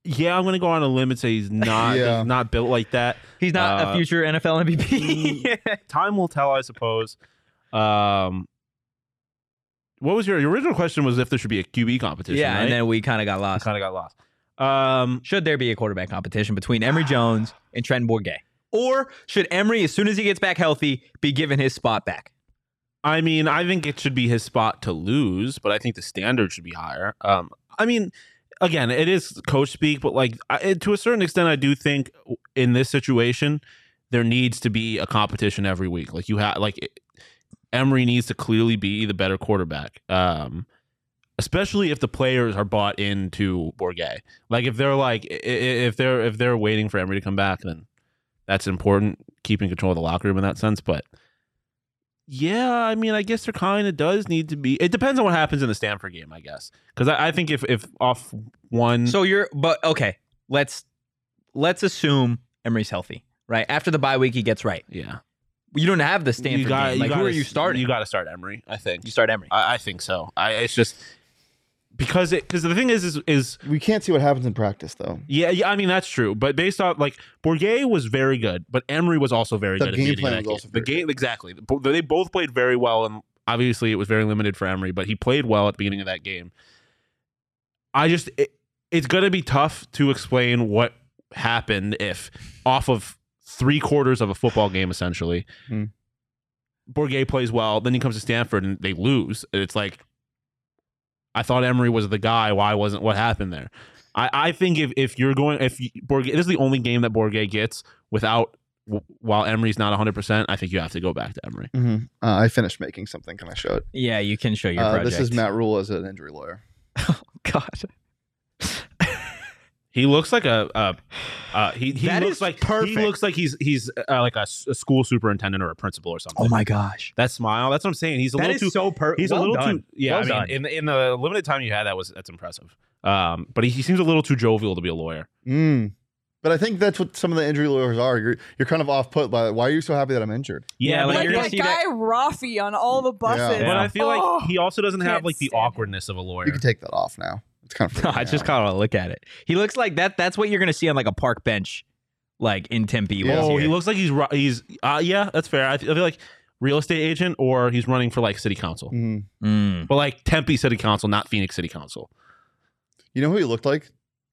Speaker 3: yeah, I'm gonna go on a limb and say he's not.
Speaker 2: Yeah.
Speaker 3: He's not built like that.
Speaker 1: He's not a
Speaker 3: Uh,
Speaker 1: future NFL MVP.
Speaker 3: time will tell, I suppose. Um, what was your, your original question? Was if there should be a QB competition?
Speaker 1: yeah,
Speaker 3: right?
Speaker 1: and then we kind of got
Speaker 3: I
Speaker 1: lost.
Speaker 3: kind of got lost. Um,
Speaker 1: Should there be a quarterback competition between Emery Jones and Trent Bourget? Or should Emery, as soon as he gets back healthy, be given his spot back?
Speaker 3: I mean, I think it should be his spot to lose, but I think the standard should be higher. Um, I mean, again, it is coach speak, but like I, it- to a certain extent, I do think in this situation there needs to be a competition every week. Like you have, like it, Emery needs to clearly be the better quarterback. Um, especially if the players are bought into Borgay. Like if they're like i- i- if they're if they're waiting for Emery to come back, then that's important. Keeping control of the locker room in that sense, but. Yeah, I mean, I guess there kind of does need to be. It depends on what happens in the Stanford game, I guess, because I, I think if if off one,
Speaker 1: So you're, but okay, let's let's assume Emery's healthy, right? After the bye week, he gets right.
Speaker 3: yeah,
Speaker 1: You don't have the Stanford
Speaker 3: gotta-
Speaker 1: game. Like, who
Speaker 3: gotta-
Speaker 1: are you starting?
Speaker 3: You
Speaker 1: You,
Speaker 3: got to start Emery, I think.
Speaker 1: start Emery.
Speaker 3: I, I think so. I it's just because it because the thing is is is
Speaker 2: We can't see what happens in practice, though.
Speaker 3: yeah yeah I mean that's true, but based on like Bourget was very good, but Emery was also very
Speaker 2: The
Speaker 3: good. at
Speaker 2: game
Speaker 3: beating
Speaker 2: plan
Speaker 3: that
Speaker 2: was also
Speaker 3: game. the
Speaker 2: very
Speaker 3: game exactly. The- bo- They both played very well, and obviously it was very limited for Emery, but he played well at the beginning of that game. I just it, it's gonna be tough to explain what happened if off of three quarters of a football game essentially.
Speaker 2: Hmm.
Speaker 3: Bourget plays well, then he comes to Stanford and they lose. And It's like I thought Emery was the guy. Why wasn't what happened there? I, I think if, if you're going if you, Bourget this is the only game that Bourget gets without w- while Emery's not 100. percent I think you have to go back to Emery.
Speaker 2: Mhm. Uh, I finished making something. Can I show it?
Speaker 1: yeah, you can show your
Speaker 2: Uh,
Speaker 1: project.
Speaker 2: this is Matt Rule as an injury lawyer.
Speaker 1: God.
Speaker 3: He looks like a uh, uh, he he
Speaker 1: That
Speaker 3: looks
Speaker 1: is
Speaker 3: like
Speaker 1: perfect.
Speaker 3: he looks like he's he's uh, like a, s- a school superintendent or a principal or something.
Speaker 1: Oh my gosh.
Speaker 3: That smile. That's what I'm saying. He's a
Speaker 1: That
Speaker 3: little
Speaker 1: is
Speaker 3: too
Speaker 1: so perfect.
Speaker 3: He's a little too yeah.
Speaker 1: Well
Speaker 3: I
Speaker 1: done.
Speaker 3: mean, in the, in the limited time you had, that was that's impressive. Um, but he, he seems a little too jovial to be a lawyer.
Speaker 2: Mm. But I think that's what some of the injury lawyers are. You're, you're kind of off put by why are you so happy that I'm injured?
Speaker 3: Yeah,
Speaker 1: Yeah,
Speaker 3: but
Speaker 1: like
Speaker 3: you're
Speaker 1: gonna
Speaker 4: that
Speaker 1: see
Speaker 4: guy Rafi on all the buses.
Speaker 2: Yeah.
Speaker 3: But I feel like
Speaker 4: Oh.
Speaker 3: he also doesn't have
Speaker 4: Can't
Speaker 3: like the
Speaker 4: stand it.
Speaker 3: awkwardness of a lawyer.
Speaker 2: You can take that off now. It's kind of. freaking
Speaker 1: I
Speaker 2: me
Speaker 1: just
Speaker 2: out.
Speaker 1: kind of look at it. He looks like that. That's what you're gonna see on like a park bench, like in Tempe. when
Speaker 2: Yeah.
Speaker 1: it's
Speaker 3: Oh,
Speaker 1: here.
Speaker 3: he looks like he's ru- he's uh, yeah, that's fair. I feel I feel like real estate agent or he's running for like city council,
Speaker 2: Mhm.
Speaker 1: Mm.
Speaker 3: but like Tempe City Council, not Phoenix City Council.
Speaker 2: You know who he looked like?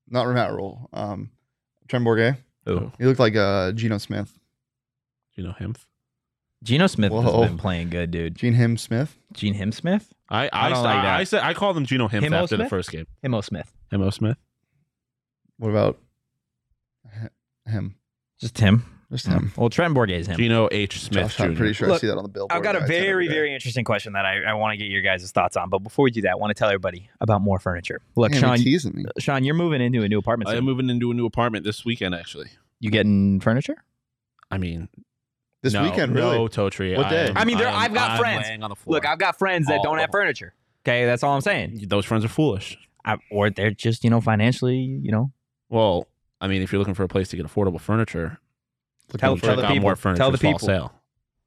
Speaker 2: Not Matt Rule. Um, Trent Bourget.
Speaker 1: Ooh.
Speaker 2: He looked like uh Geno Smith.
Speaker 3: You know him.
Speaker 1: Geno Smith
Speaker 2: Whoa.
Speaker 1: has been playing good, dude.
Speaker 2: Gene Him Smith.
Speaker 1: Gene Him Smith,
Speaker 3: I
Speaker 1: I
Speaker 3: I
Speaker 1: don't
Speaker 3: I,
Speaker 1: like that.
Speaker 3: I said I called him Geno Him
Speaker 1: Him O.
Speaker 3: after the
Speaker 1: Smith?
Speaker 3: first game.
Speaker 1: Himo Smith,
Speaker 3: Mo Smith.
Speaker 2: What about h- him?
Speaker 1: just him.
Speaker 2: Just him.
Speaker 1: Well, Trent Borgay is him.
Speaker 3: Gino H. Hmm. Smith.
Speaker 2: Josh, I'm
Speaker 3: Jr..
Speaker 2: pretty sure I
Speaker 1: Look,
Speaker 2: see that on the billboard.
Speaker 1: I've got a
Speaker 2: guys
Speaker 1: very,
Speaker 2: every day.
Speaker 1: very interesting question that I, I want to get your guys' thoughts on. But before we do that, I want to tell everybody about more furniture. Look,
Speaker 2: Man, you're
Speaker 1: Sean,
Speaker 2: teasing me.
Speaker 1: Sean, you're moving into a new apartment.
Speaker 3: I
Speaker 1: Soon.
Speaker 3: am moving into a new apartment this weekend. Actually,
Speaker 1: you getting furniture?
Speaker 3: I mean
Speaker 2: This
Speaker 3: no,
Speaker 2: weekend, really?
Speaker 3: No, toe tree.
Speaker 2: What
Speaker 3: I
Speaker 2: day?
Speaker 3: am-
Speaker 1: I mean, there-
Speaker 3: am-
Speaker 1: I've got
Speaker 3: I'm
Speaker 1: friends.
Speaker 3: laying on the floor.
Speaker 1: Look, I've got friends that
Speaker 3: All
Speaker 1: don't
Speaker 3: of
Speaker 1: have
Speaker 3: them.
Speaker 1: furniture. Okay, that's all I'm saying.
Speaker 3: those friends are foolish.
Speaker 1: I, or they're just you know financially, you know,
Speaker 3: Well, I mean, if you're looking for a place to get affordable furniture,
Speaker 1: Tell-
Speaker 3: go
Speaker 1: tell
Speaker 3: check
Speaker 1: the
Speaker 3: out
Speaker 1: people.
Speaker 3: More
Speaker 1: Tell
Speaker 3: furniture
Speaker 1: the
Speaker 3: fall
Speaker 1: people.
Speaker 3: sale.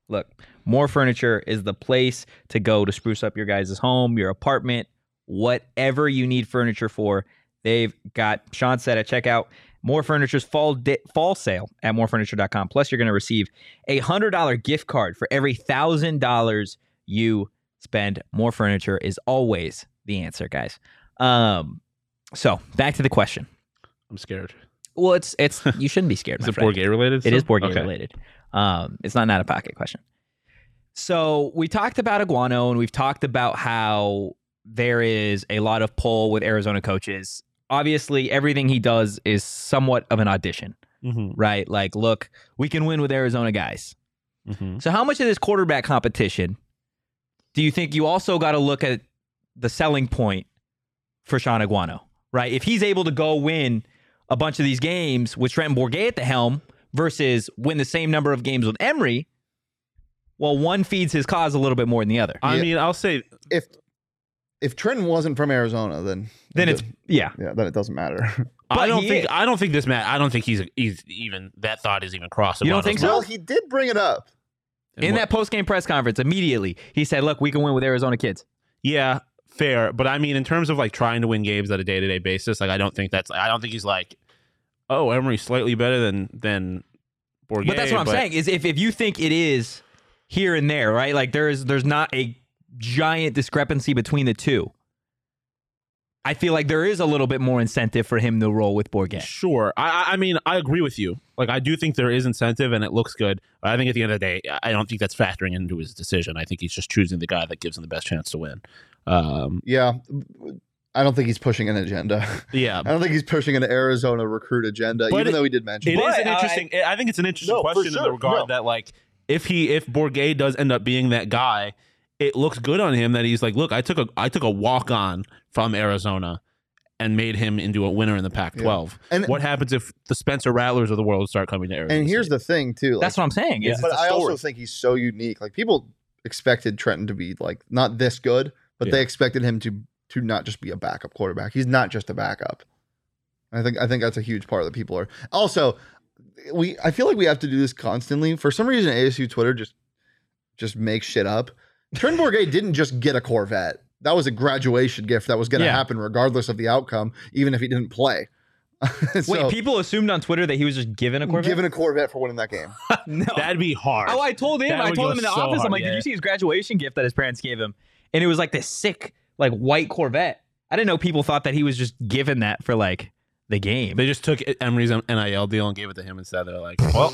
Speaker 1: Look, More Furniture is the place to go to spruce up your guys' home, your apartment, whatever you need furniture for. They've got Sean said at checkout More Furniture's fall di- fall sale at morefurniture.com. Plus, you're going to receive a hundred dollar gift card for every thousand dollars you spend. More Furniture is always the answer, guys. Um, so back to the question.
Speaker 3: I'm scared.
Speaker 1: Well, it's it's you shouldn't be scared.
Speaker 3: Is
Speaker 1: my
Speaker 3: it
Speaker 1: friend.
Speaker 3: board gay related?
Speaker 1: It is
Speaker 3: still?
Speaker 1: board game
Speaker 3: Okay.
Speaker 1: related. Um, it's not an out of pocket question. So we talked about Iguano and we've talked about how there is a lot of pull with Arizona coaches. Obviously, everything he does is somewhat of an audition,
Speaker 3: Mhm,
Speaker 1: right? Like, look, we can win with Arizona guys.
Speaker 3: mhm.
Speaker 1: So, how much of this quarterback competition do you think you also got to look at the selling point for Sean Iguano, right? If he's able to go win a bunch of these games with Trenton Bourget at the helm versus win the same number of games with Emery, well, one feeds his cause a little bit more than the other.
Speaker 3: I
Speaker 2: Yeah.
Speaker 3: mean, I'll say
Speaker 2: If if Trenton wasn't from Arizona, then
Speaker 1: Then it's, yeah.
Speaker 2: yeah, then it doesn't matter.
Speaker 1: But
Speaker 3: I don't
Speaker 1: he
Speaker 3: think
Speaker 1: is.
Speaker 3: I don't think this man. I don't think he's he's even that thought is even crossed.
Speaker 1: You don't
Speaker 3: Iguano's
Speaker 1: think so?
Speaker 2: well,
Speaker 3: mind.
Speaker 2: he did bring it up.
Speaker 1: In that post game press conference, immediately he said, look, we can win with Arizona kids.
Speaker 3: yeah, fair. But I mean, in terms of like trying to win games on a day to day basis, like I don't think that's. I don't think he's like, oh, Emery's slightly better than than. Bourget,
Speaker 1: But that's what I'm saying is if, if you think it is here and there, right? Like there is there's not a giant discrepancy between the two. I feel like there is a little bit more incentive for him to roll with Borghetti.
Speaker 3: Sure. I, I- I mean, I agree with you. Like, I do think there is incentive and it looks good. But I think at the end of the day, I don't think that's factoring into his decision. I think he's just choosing the guy that gives him the best chance to win. Um,
Speaker 2: Yeah, I don't think he's pushing an agenda.
Speaker 3: yeah.
Speaker 2: I don't think he's pushing an Arizona recruit agenda,
Speaker 3: But
Speaker 2: even
Speaker 3: it-
Speaker 2: though he did
Speaker 3: It
Speaker 2: mention.
Speaker 3: is
Speaker 1: But
Speaker 3: an
Speaker 1: I-
Speaker 3: interesting. I, think it's an interesting
Speaker 2: No, for
Speaker 3: question in
Speaker 2: sure.
Speaker 3: the regard
Speaker 2: No.
Speaker 3: that, like, if he if Bourget does end up being that guy, it looks good on him that he's like, look, I took a I took a walk on from Arizona and made him into a winner in the Pac-12.
Speaker 2: And-
Speaker 3: what happens if the Spencer Rattlers of the world start coming to Arizona?
Speaker 2: and here's
Speaker 3: State?
Speaker 2: the thing, too. Like,
Speaker 1: That's what I'm saying. Is
Speaker 2: but
Speaker 1: it's a
Speaker 2: I
Speaker 1: story.
Speaker 2: also think he's so unique. Like people expected Trenton to be like not this good, but
Speaker 3: Yeah.
Speaker 2: they expected him to to not just be a backup quarterback. He's not just a backup. I think I think that's a huge part that people are. Also, we I feel like we have to do this constantly. For some reason, ASU Twitter just just makes shit up. Trenton Bourget didn't just get a Corvette. That was a graduation gift that was going to
Speaker 1: Yeah.
Speaker 2: happen regardless of the outcome, even if he didn't play.
Speaker 1: Wait,
Speaker 2: So,
Speaker 1: people assumed on Twitter that he was just given a Corvette.
Speaker 2: given a Corvette for winning that game.
Speaker 1: no.
Speaker 3: That'd be hard.
Speaker 1: Oh, I told him.
Speaker 3: That
Speaker 1: I
Speaker 3: would
Speaker 1: told
Speaker 3: go
Speaker 1: him in the
Speaker 3: so
Speaker 1: office. I'm
Speaker 3: hard,
Speaker 1: like, did
Speaker 3: yeah.
Speaker 1: you see his graduation gift that his parents gave him? And it was like this sick, like white Corvette. I didn't know people thought that he was just given that for like the game.
Speaker 3: They just took Emery's NIL deal and gave it to him instead. They're like, well,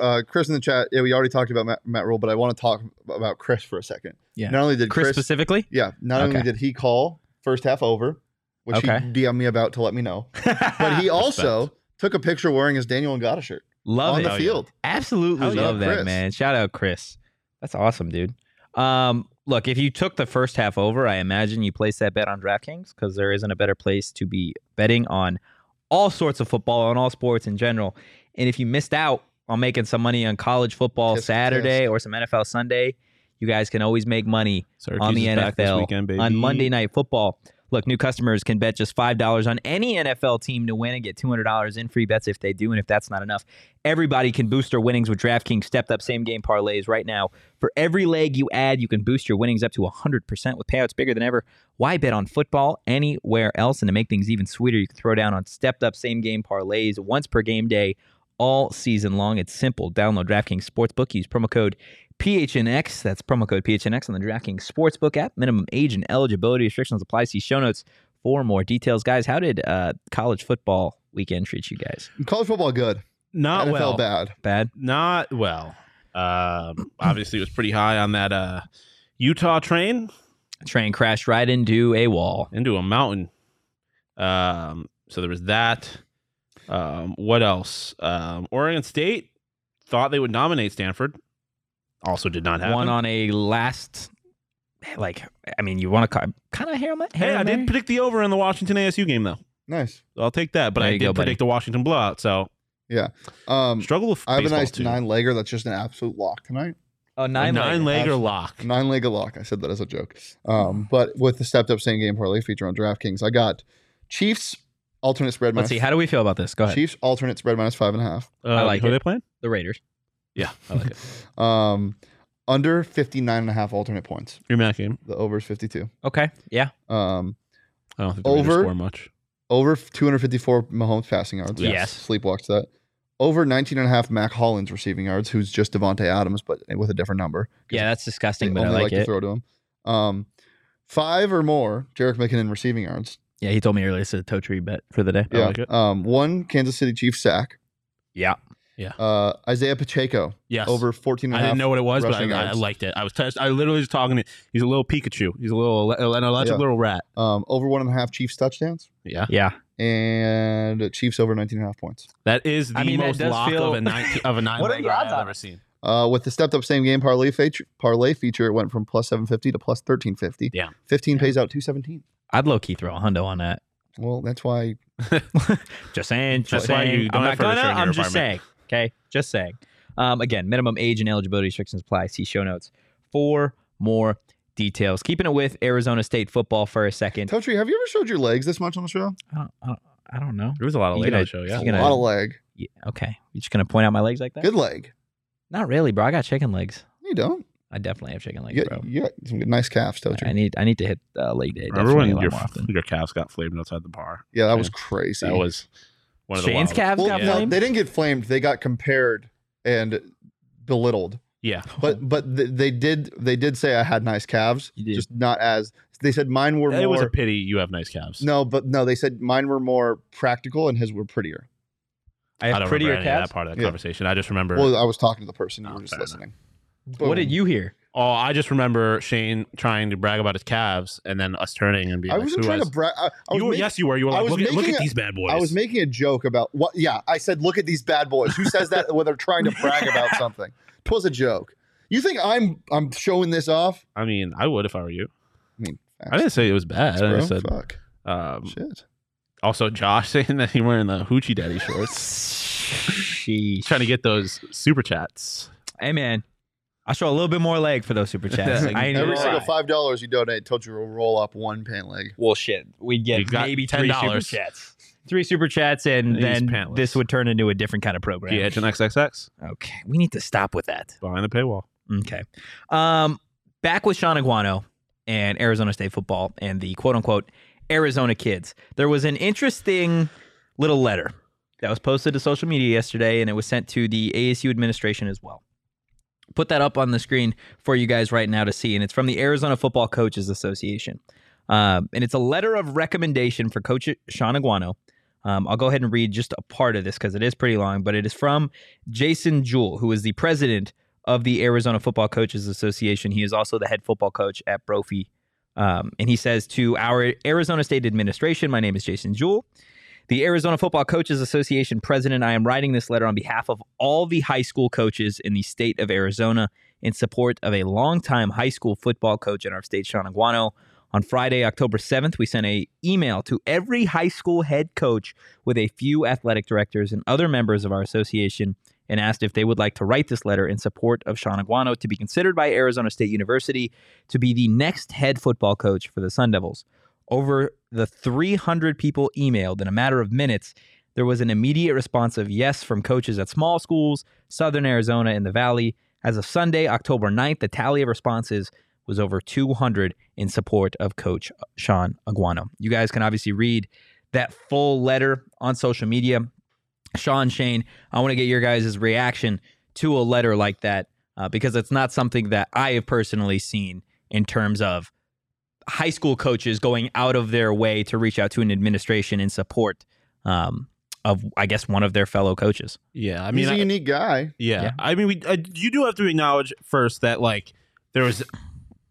Speaker 2: uh, Chris in the chat. Yeah, we already talked about Matt, Matt Rule, but I want to talk about Chris for a second.
Speaker 1: Yeah.
Speaker 2: Not only did
Speaker 1: Chris
Speaker 2: Chris,
Speaker 1: specifically.
Speaker 2: yeah, not only
Speaker 1: Okay.
Speaker 2: did he call first half over, which
Speaker 1: Okay.
Speaker 2: he DM'd me about to let me know, but he also took a picture wearing his Daniel and Ngata shirt
Speaker 1: love
Speaker 2: on
Speaker 1: it. Oh,
Speaker 2: the field.
Speaker 1: Absolutely
Speaker 2: Hell yeah,
Speaker 1: love that,
Speaker 2: Chris.
Speaker 1: man. Shout out Chris. That's awesome, dude. Um, look, if you took the first half over, I imagine you place that bet on DraftKings because there isn't a better place to be betting on all sorts of football, on all sports in general. And if you missed out on making some money on college football
Speaker 2: Kiss,
Speaker 1: Saturday or some NFL Sunday, you guys can always make money
Speaker 3: Syracuse
Speaker 1: on the
Speaker 3: is back this
Speaker 1: NFL
Speaker 3: weekend, baby.
Speaker 1: on Monday Night Football. Look, new customers can bet just $5 on any NFL team to win and get $200 in free bets if they do. And if that's not enough, everybody can boost their winnings with DraftKings stepped up same game parlays right now. For every leg you add, you can boost your winnings up to 100% with payouts bigger than ever. Why bet on football anywhere else? And to make things even sweeter, you can throw down on stepped up same game parlays once per game day all season long. It's simple. Download DraftKings Sportsbook. Use promo code PHNX. That's promo code PHNX on the DraftKings Sportsbook app. Minimum age and eligibility restrictions apply. See show notes for more details. Guys, how did uh, college football weekend treat you guys?
Speaker 2: College football good.
Speaker 1: Oh,
Speaker 3: Not
Speaker 2: NFL
Speaker 3: well.
Speaker 2: bad.
Speaker 1: Bad?
Speaker 3: Not well. Um, obviously, it was pretty high on that uh, Utah train
Speaker 1: Train crashed right into a wall.
Speaker 3: into a mountain. Um, so there was that. Um, what else? Um, Oregon State thought they would nominate Stanford. Also, did not happen.
Speaker 1: One on a last, like, I mean, you want to call kind of hair on my
Speaker 3: hey, I did predict the over in the Washington ASU game though.
Speaker 2: Nice.
Speaker 3: So I'll take that. But
Speaker 1: There
Speaker 3: I
Speaker 1: you
Speaker 3: did
Speaker 1: go, buddy.
Speaker 3: predict the Washington blowout. So
Speaker 2: Um,
Speaker 3: struggle with
Speaker 2: I have a
Speaker 3: baseball,
Speaker 2: nice
Speaker 3: too.
Speaker 2: nine legger that's just an absolute lock tonight.
Speaker 1: Oh,
Speaker 3: A
Speaker 1: nine,
Speaker 3: nine
Speaker 1: leg.
Speaker 3: leg or
Speaker 2: Abs-
Speaker 3: lock.
Speaker 2: Nine leg a lock. I said that as a joke. Um, but with the stepped up same game parlay feature on DraftKings, I got Chiefs alternate spread
Speaker 1: Let's
Speaker 2: minus.
Speaker 1: see. How do we feel about this? Go ahead.
Speaker 2: Chiefs alternate spread minus five and a half.
Speaker 3: Uh,
Speaker 1: I like
Speaker 3: who
Speaker 1: it.
Speaker 3: are they playing?
Speaker 1: The Raiders.
Speaker 3: Yeah, I like it.
Speaker 2: Um, under 59 and a half alternate points.
Speaker 3: Your Mac game.
Speaker 2: The over is 52.
Speaker 1: Okay. Yeah.
Speaker 2: Um,
Speaker 3: I don't think the Raiders
Speaker 2: Over.
Speaker 3: score much.
Speaker 2: over 254 Mahomes passing yards.
Speaker 1: Yes.
Speaker 2: Sleepwalks that. Over 19 and a half Mac Hollins receiving yards, who's just Devontae Adams, but with a different number.
Speaker 1: Yeah, that's disgusting,
Speaker 2: They
Speaker 1: but I
Speaker 2: only
Speaker 1: like
Speaker 2: to
Speaker 1: it.
Speaker 2: throw to him. Um, five or more Jarek McKinnon receiving yards.
Speaker 1: Yeah, he told me earlier it's a toe tree bet for the day.
Speaker 3: I
Speaker 2: Yeah.
Speaker 3: like it.
Speaker 2: Um, one Kansas City Chiefs sack.
Speaker 1: Yeah.
Speaker 2: Uh, Isaiah Pacheco
Speaker 3: Yes.
Speaker 2: over 14 and a
Speaker 3: I didn't
Speaker 2: half.
Speaker 3: know what it was, but I,
Speaker 2: rushing
Speaker 3: I
Speaker 2: yards.
Speaker 3: liked it. I was touched. I literally was talking. To, he's a little Pikachu. He's a little an electric
Speaker 2: Yeah.
Speaker 3: little rat.
Speaker 2: Um, over one and a half Chiefs touchdowns
Speaker 3: Yeah,
Speaker 1: Yeah.
Speaker 2: and Chiefs over 19 and a half points.
Speaker 3: that is the
Speaker 1: I mean, that
Speaker 3: most
Speaker 1: does
Speaker 3: lock
Speaker 1: feel-
Speaker 3: of a nine of a nine
Speaker 1: What are
Speaker 3: leg
Speaker 1: the
Speaker 3: ride
Speaker 1: odds on
Speaker 3: I've ever
Speaker 1: it?
Speaker 3: seen.
Speaker 2: Uh, with the stepped up same game parlay feature, parlay feature, it went from plus 750 to plus 1350.
Speaker 3: Yeah.
Speaker 2: 15 pays out 217.
Speaker 1: I'd low key throw a hundo on that.
Speaker 2: Well, that's why
Speaker 1: just saying. Just
Speaker 3: That's why
Speaker 1: saying.
Speaker 3: you don't
Speaker 1: I'm not
Speaker 3: have furniture
Speaker 1: gonna.
Speaker 3: in your
Speaker 1: I'm just saying.
Speaker 3: apartment.
Speaker 1: Okay. Just saying. Um, again, minimum age and eligibility restrictions apply. See show notes for more details. Keeping it with Arizona State football for a second.
Speaker 2: Totri, have you ever showed your legs this much on the show?
Speaker 1: I don't, I don't, I don't know.
Speaker 3: There was a lot of
Speaker 1: You
Speaker 3: late on
Speaker 1: gonna-
Speaker 3: the show. Yeah,
Speaker 1: you
Speaker 2: A
Speaker 1: gonna-
Speaker 2: lot of leg.
Speaker 1: Yeah, okay. You just gonna point out my legs like that?
Speaker 2: Good leg.
Speaker 1: Not really, bro. I got chicken legs.
Speaker 2: You don't.
Speaker 1: I definitely have chicken legs,
Speaker 2: You
Speaker 1: bro.
Speaker 2: got, you got some good- nice calves, Totri.
Speaker 1: I need I need to hit uh, leg day.
Speaker 3: remember
Speaker 1: Definitely a
Speaker 3: when
Speaker 1: lot
Speaker 3: your
Speaker 1: more often.
Speaker 3: your calves got flamed outside the bar?
Speaker 2: yeah, that was
Speaker 3: Yeah.
Speaker 2: crazy.
Speaker 3: That was one of the
Speaker 1: Shane's
Speaker 3: wild-
Speaker 1: calves
Speaker 2: Well,
Speaker 1: got
Speaker 2: no,
Speaker 1: flamed.
Speaker 2: they didn't get flamed. They got compared and belittled.
Speaker 3: Yeah,
Speaker 2: But but th- they did they did say I had nice calves,
Speaker 1: You did.
Speaker 2: just not as they said mine were
Speaker 3: it was a
Speaker 2: more.
Speaker 3: pity you have nice calves.
Speaker 2: no, but no, they said mine were more practical and his were prettier.
Speaker 1: I
Speaker 3: I
Speaker 1: have
Speaker 3: don't remember
Speaker 1: prettier
Speaker 3: any of
Speaker 1: calves.
Speaker 3: that part of that
Speaker 2: Yeah.
Speaker 3: conversation. I just remember.
Speaker 2: Well, I was talking to the person you
Speaker 3: Oh,
Speaker 2: were just
Speaker 3: fair enough.
Speaker 2: listening.
Speaker 1: What did you hear?
Speaker 3: oh, I just remember Shane trying to brag about his calves, and then us turning and being.
Speaker 2: I
Speaker 3: like,
Speaker 2: wasn't
Speaker 3: who
Speaker 2: trying
Speaker 3: has-
Speaker 2: to brag. I, I was
Speaker 3: you were,
Speaker 2: ma-
Speaker 3: yes, you were. You were
Speaker 2: I
Speaker 3: like,
Speaker 2: was
Speaker 3: look, at, look
Speaker 2: making
Speaker 3: at
Speaker 2: a-
Speaker 3: these bad boys.
Speaker 2: I was making a joke about what. Yeah, I said, look at these bad boys. Who says that when they're trying to brag about something? Twas a joke. You think I'm I'm showing this off?
Speaker 3: I mean, I would if I were you.
Speaker 2: I mean,
Speaker 3: I didn't say it was bad. I
Speaker 2: Bro,
Speaker 3: said
Speaker 2: fuck.
Speaker 3: um,
Speaker 2: Shit.
Speaker 3: also Josh saying that he wearing the hoochie daddy shorts.
Speaker 1: Sheesh.
Speaker 3: He's trying to get those super chats.
Speaker 1: Hey man, I show a little bit more leg for those super chats.
Speaker 3: Yeah.
Speaker 1: I ain't
Speaker 2: Every
Speaker 1: even
Speaker 2: single
Speaker 1: lie.
Speaker 2: five dollars you donate, told you to roll up one pant leg.
Speaker 1: Well, shit, we'd
Speaker 3: You
Speaker 1: get
Speaker 3: got
Speaker 1: maybe three super
Speaker 3: $10.
Speaker 1: chats, three super chats, and
Speaker 3: He's
Speaker 1: then
Speaker 3: pantless.
Speaker 1: this would turn into a different kind of program.
Speaker 3: The Edge and XXX
Speaker 1: Okay, we need to stop with that.
Speaker 3: behind the paywall.
Speaker 1: Okay, um, back with Sean Iguano and Arizona State football and the quote unquote Arizona kids. There was an interesting little letter that was posted to social media yesterday, and it was sent to the ASU administration as well. Put that up on the screen for you guys right now to see, and it's from the Arizona Football Coaches Association, um, and it's a letter of recommendation for Coach Sean Iguano. Um, I'll go ahead and read just a part of this because it is pretty long, but it is from Jason Jewell, who is the president of the Arizona Football Coaches Association. He is also the head football coach at Brophy. Um, and he says to our Arizona State administration, my name is Jason Jewell. The Arizona Football Coaches Association president, I am writing this letter on behalf of all the high school coaches in the state of Arizona in support of a longtime high school football coach in our state, Sean Aguano. On Friday, October 7th, we sent a email to every high school head coach with a few athletic directors and other members of our association and asked if they would like to write this letter in support of Sean Aguano to be considered by Arizona State University to be the next head football coach for the Sun Devils. over the 300 people emailed in a matter of minutes, there was an immediate response of yes from coaches at small schools, Southern Arizona, and the Valley. As of Sunday, October 9th, the tally of responses was over 200 in support of Coach Sean Aguano. You guys can obviously read that full letter on social media. Sean Shane, I want to get your guys' reaction to a letter like that uh, because it's not something that I have personally seen in terms of high school coaches going out of their way to reach out to an administration in support um, of, I guess, one of their fellow coaches.
Speaker 3: Yeah, I mean,
Speaker 2: he's a
Speaker 3: I-
Speaker 2: unique guy.
Speaker 3: yeah.
Speaker 1: Yeah.
Speaker 3: I mean, we uh, you do have to acknowledge first that like there was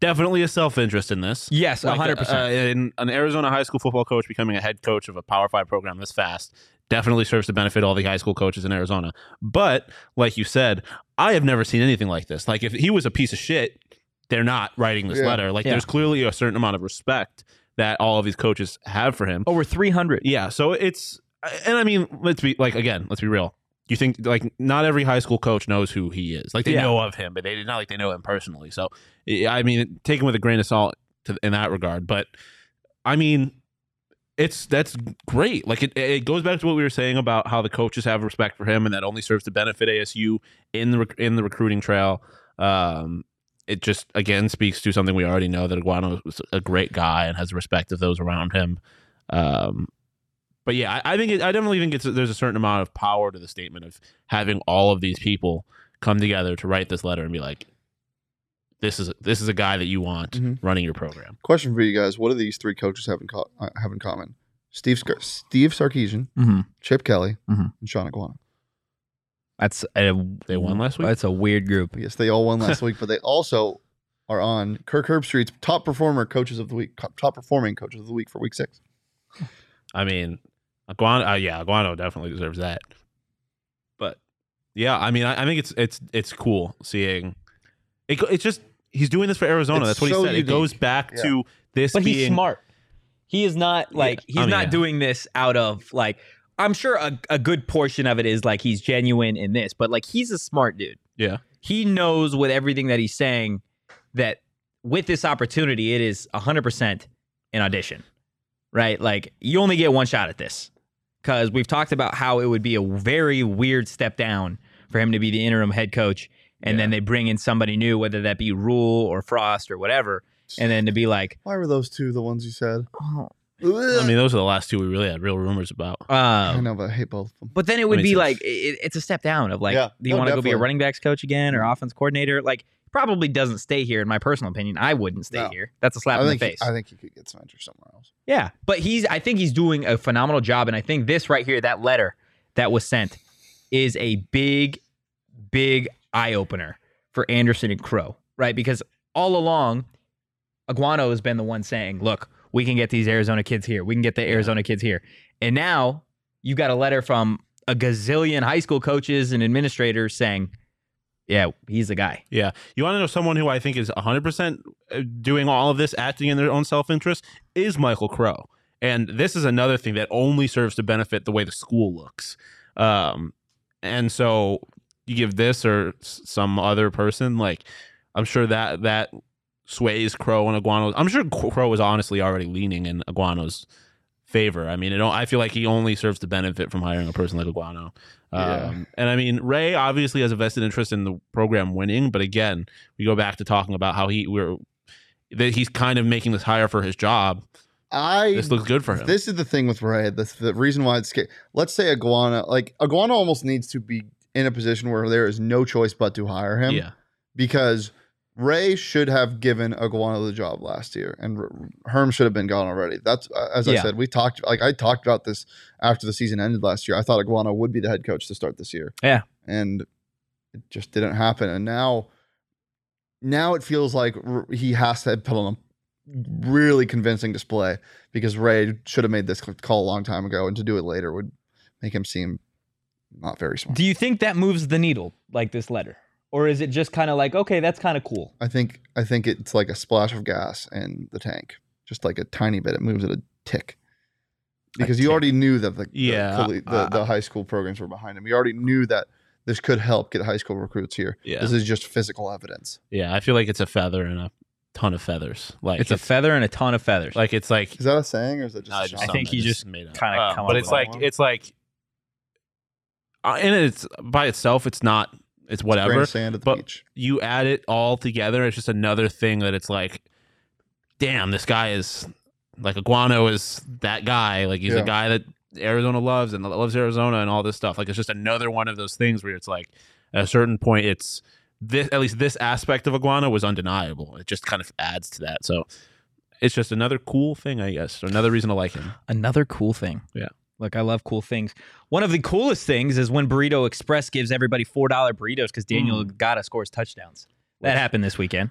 Speaker 3: definitely a self interest in this.
Speaker 1: Yes,
Speaker 3: Like,
Speaker 1: 100%.
Speaker 3: uh, an, an Arizona high school football coach becoming a head coach of a Power Five program this fast definitely serves to benefit all the high school coaches in Arizona. But like you said, I have never seen anything like this. Like if he was a piece of shit, they're not writing this
Speaker 2: Yeah.
Speaker 3: letter. Like
Speaker 1: Yeah.
Speaker 3: there's clearly a certain amount of respect that all of these coaches have for him.
Speaker 1: uh, over 300.
Speaker 3: Yeah, so it's and I mean, let's be like again, let's be real. You think like not every high school coach knows who he is. Like they
Speaker 1: Yeah.
Speaker 3: know of him, but they not like they know him personally. So I- I mean, take him with a grain of salt to, in that regard. But I mean, it's that's great. Like it, it goes back to what we were saying about how the coaches have respect for him, and that only serves to benefit ASU in the rec- in the recruiting trail. Um, it just again speaks to something we already know that Iguano is a great guy and has the respect of those around him. Um, but yeah, I, I think it, I definitely think it's there's a certain amount of power to the statement of having all of these people come together to write this letter and be like, this is this is a guy that you want
Speaker 2: Mhm.
Speaker 3: running your program.
Speaker 2: Question for you guys: What do these three coaches have in, co- uh, have in common? Steve Scar- Steve Sarkeesian,
Speaker 1: Mm-hmm.
Speaker 2: Chip Kelly,
Speaker 1: Mhm.
Speaker 2: and Sean Aguano.
Speaker 1: That's a,
Speaker 3: They won last week?
Speaker 1: That's a weird group.
Speaker 2: Yes, they all won last week, but they also are on Kirk Herbstreit's top performer coaches of the week, co- top performing coaches of the week for week six.
Speaker 3: I mean, Aguano, uh, yeah, Aguano definitely deserves that. But yeah, I mean, I, I think it's it's it's cool seeing. It, go- it's just he's doing this for Arizona.
Speaker 2: It's
Speaker 3: That's what
Speaker 2: so
Speaker 3: he said.
Speaker 2: unique.
Speaker 3: It goes back to this
Speaker 1: But he's
Speaker 3: being
Speaker 1: smart. He is not like
Speaker 3: Yeah,
Speaker 1: he's
Speaker 3: I mean,
Speaker 1: not
Speaker 3: yeah.
Speaker 1: doing this out of like I'm sure a, a good portion of it is like he's genuine in this, but like he's a smart dude.
Speaker 3: Yeah.
Speaker 1: He knows with everything that he's saying that with this opportunity it is 100% an audition. Right? Like you only get one shot at this. Cuz we've talked about how it would be a very weird step down for him to be the interim head coach and
Speaker 3: Yeah.
Speaker 1: then they bring in somebody new whether that be Rule or Frost or whatever and then to be like
Speaker 2: Why were those two the ones you said?
Speaker 1: Oh.
Speaker 3: I mean, those are the last two we really had real rumors about.
Speaker 2: I
Speaker 1: Um,
Speaker 2: know, but I hate both of them.
Speaker 1: but then it would
Speaker 3: That
Speaker 1: be
Speaker 3: makes
Speaker 1: like it, it's a step down of like,
Speaker 2: Yeah.
Speaker 1: do you
Speaker 2: No,
Speaker 1: want to go be a
Speaker 2: definitely.
Speaker 1: running backs coach again
Speaker 3: Mm-hmm.
Speaker 1: or offense coordinator? Like, probably doesn't stay here. In my personal opinion, I wouldn't stay
Speaker 2: No.
Speaker 1: here. That's a slap
Speaker 2: I
Speaker 1: in the
Speaker 2: think
Speaker 1: face.
Speaker 2: He, I think you could get some interest somewhere else.
Speaker 1: yeah, but he's. I think he's doing a phenomenal job, and I think this right here, that letter that was sent, is a big, big eye opener for Anderson and Crow, right? Because all along, Aguano has been the one saying, "Look, we can get these Arizona kids here. We can get the Arizona kids here." And now you got a letter from a gazillion high school coaches and administrators saying, "Yeah, he's the guy."
Speaker 3: You want to know someone who I think is 100% uh, doing all of this, acting in their own self interest, is Michael Crow. And this is another thing that only serves to benefit the way the school looks. Um, and so you give this or s- some other person, like, I'm sure that that sways Crow and Aguano's. I'm sure Crow is honestly already leaning in Aguano's favor. I mean, it don't, I feel like he only serves to benefit from hiring a person like Aguano.
Speaker 2: Yeah.
Speaker 3: Um, and I mean, Ray obviously has a vested interest in the program winning, but again, we go back to talking about how he we're that he's kind of making this higher for his job.
Speaker 2: I
Speaker 3: This looks good for him.
Speaker 2: This is the thing with Ray. This the reason why it's sca- let's say Iguana like Iguana almost needs to be in a position where there is no choice but to hire him
Speaker 3: yeah,
Speaker 2: because Ray should have given Iguana the job last year and R- Herm should have been gone already. That's uh, as I
Speaker 1: Yeah.
Speaker 2: said, we talked like I talked about this after the season ended last year. I thought Iguana would be the head coach to start this year.
Speaker 1: Yeah.
Speaker 2: And it just didn't happen and now now it feels like r- he has to put on a really convincing display because Ray should have made this call a long time ago, and to do it later would make him seem not very smart.
Speaker 1: Do you think that moves the needle like this letter, or is it just kind of like, okay, that's kind of cool?
Speaker 2: I think I think it's like a splash of gas in the tank, just like a tiny bit. It moves at a tick. Because you
Speaker 3: tick.
Speaker 2: already knew that the the
Speaker 3: Yeah,
Speaker 2: colle- the,
Speaker 3: uh,
Speaker 2: the high school programs were behind him. You already knew that this could help get high school recruits here.
Speaker 3: yeah,
Speaker 2: This is just physical evidence.
Speaker 3: yeah. I feel like it's a feather in a ton of feathers. Like
Speaker 1: it's a feather and a ton of feathers.
Speaker 3: like it's like
Speaker 2: Is that a saying or is that just?
Speaker 3: No,
Speaker 2: a
Speaker 3: it's just
Speaker 2: song?
Speaker 1: I think
Speaker 3: something
Speaker 1: he
Speaker 3: that's
Speaker 1: just
Speaker 3: made up.
Speaker 1: kinda
Speaker 3: Uh,
Speaker 1: come
Speaker 3: But
Speaker 1: up
Speaker 3: it's
Speaker 1: with
Speaker 3: like
Speaker 2: one.
Speaker 3: it's like, uh, and it's by itself. It's not. It's
Speaker 2: Grain of
Speaker 3: whatever.
Speaker 2: sand at the
Speaker 3: but-
Speaker 2: beach.
Speaker 3: You add it all together. It's just another thing that it's like, damn, this guy is like Iguano is that guy. Like he's
Speaker 2: Yeah.
Speaker 3: a guy that Arizona loves and loves Arizona and all this stuff. Like it's just another one of those things where it's like, at a certain point, it's this. At least this aspect of Iguano was undeniable. It just kind of adds to that. So. It's just another cool thing, I guess. Another reason to like him.
Speaker 1: Another cool thing.
Speaker 3: Yeah.
Speaker 1: Like I love cool things. One of the coolest things is when Burrito Express gives everybody four dollar burritos because Daniel Gotta scores touchdowns. That happened this weekend,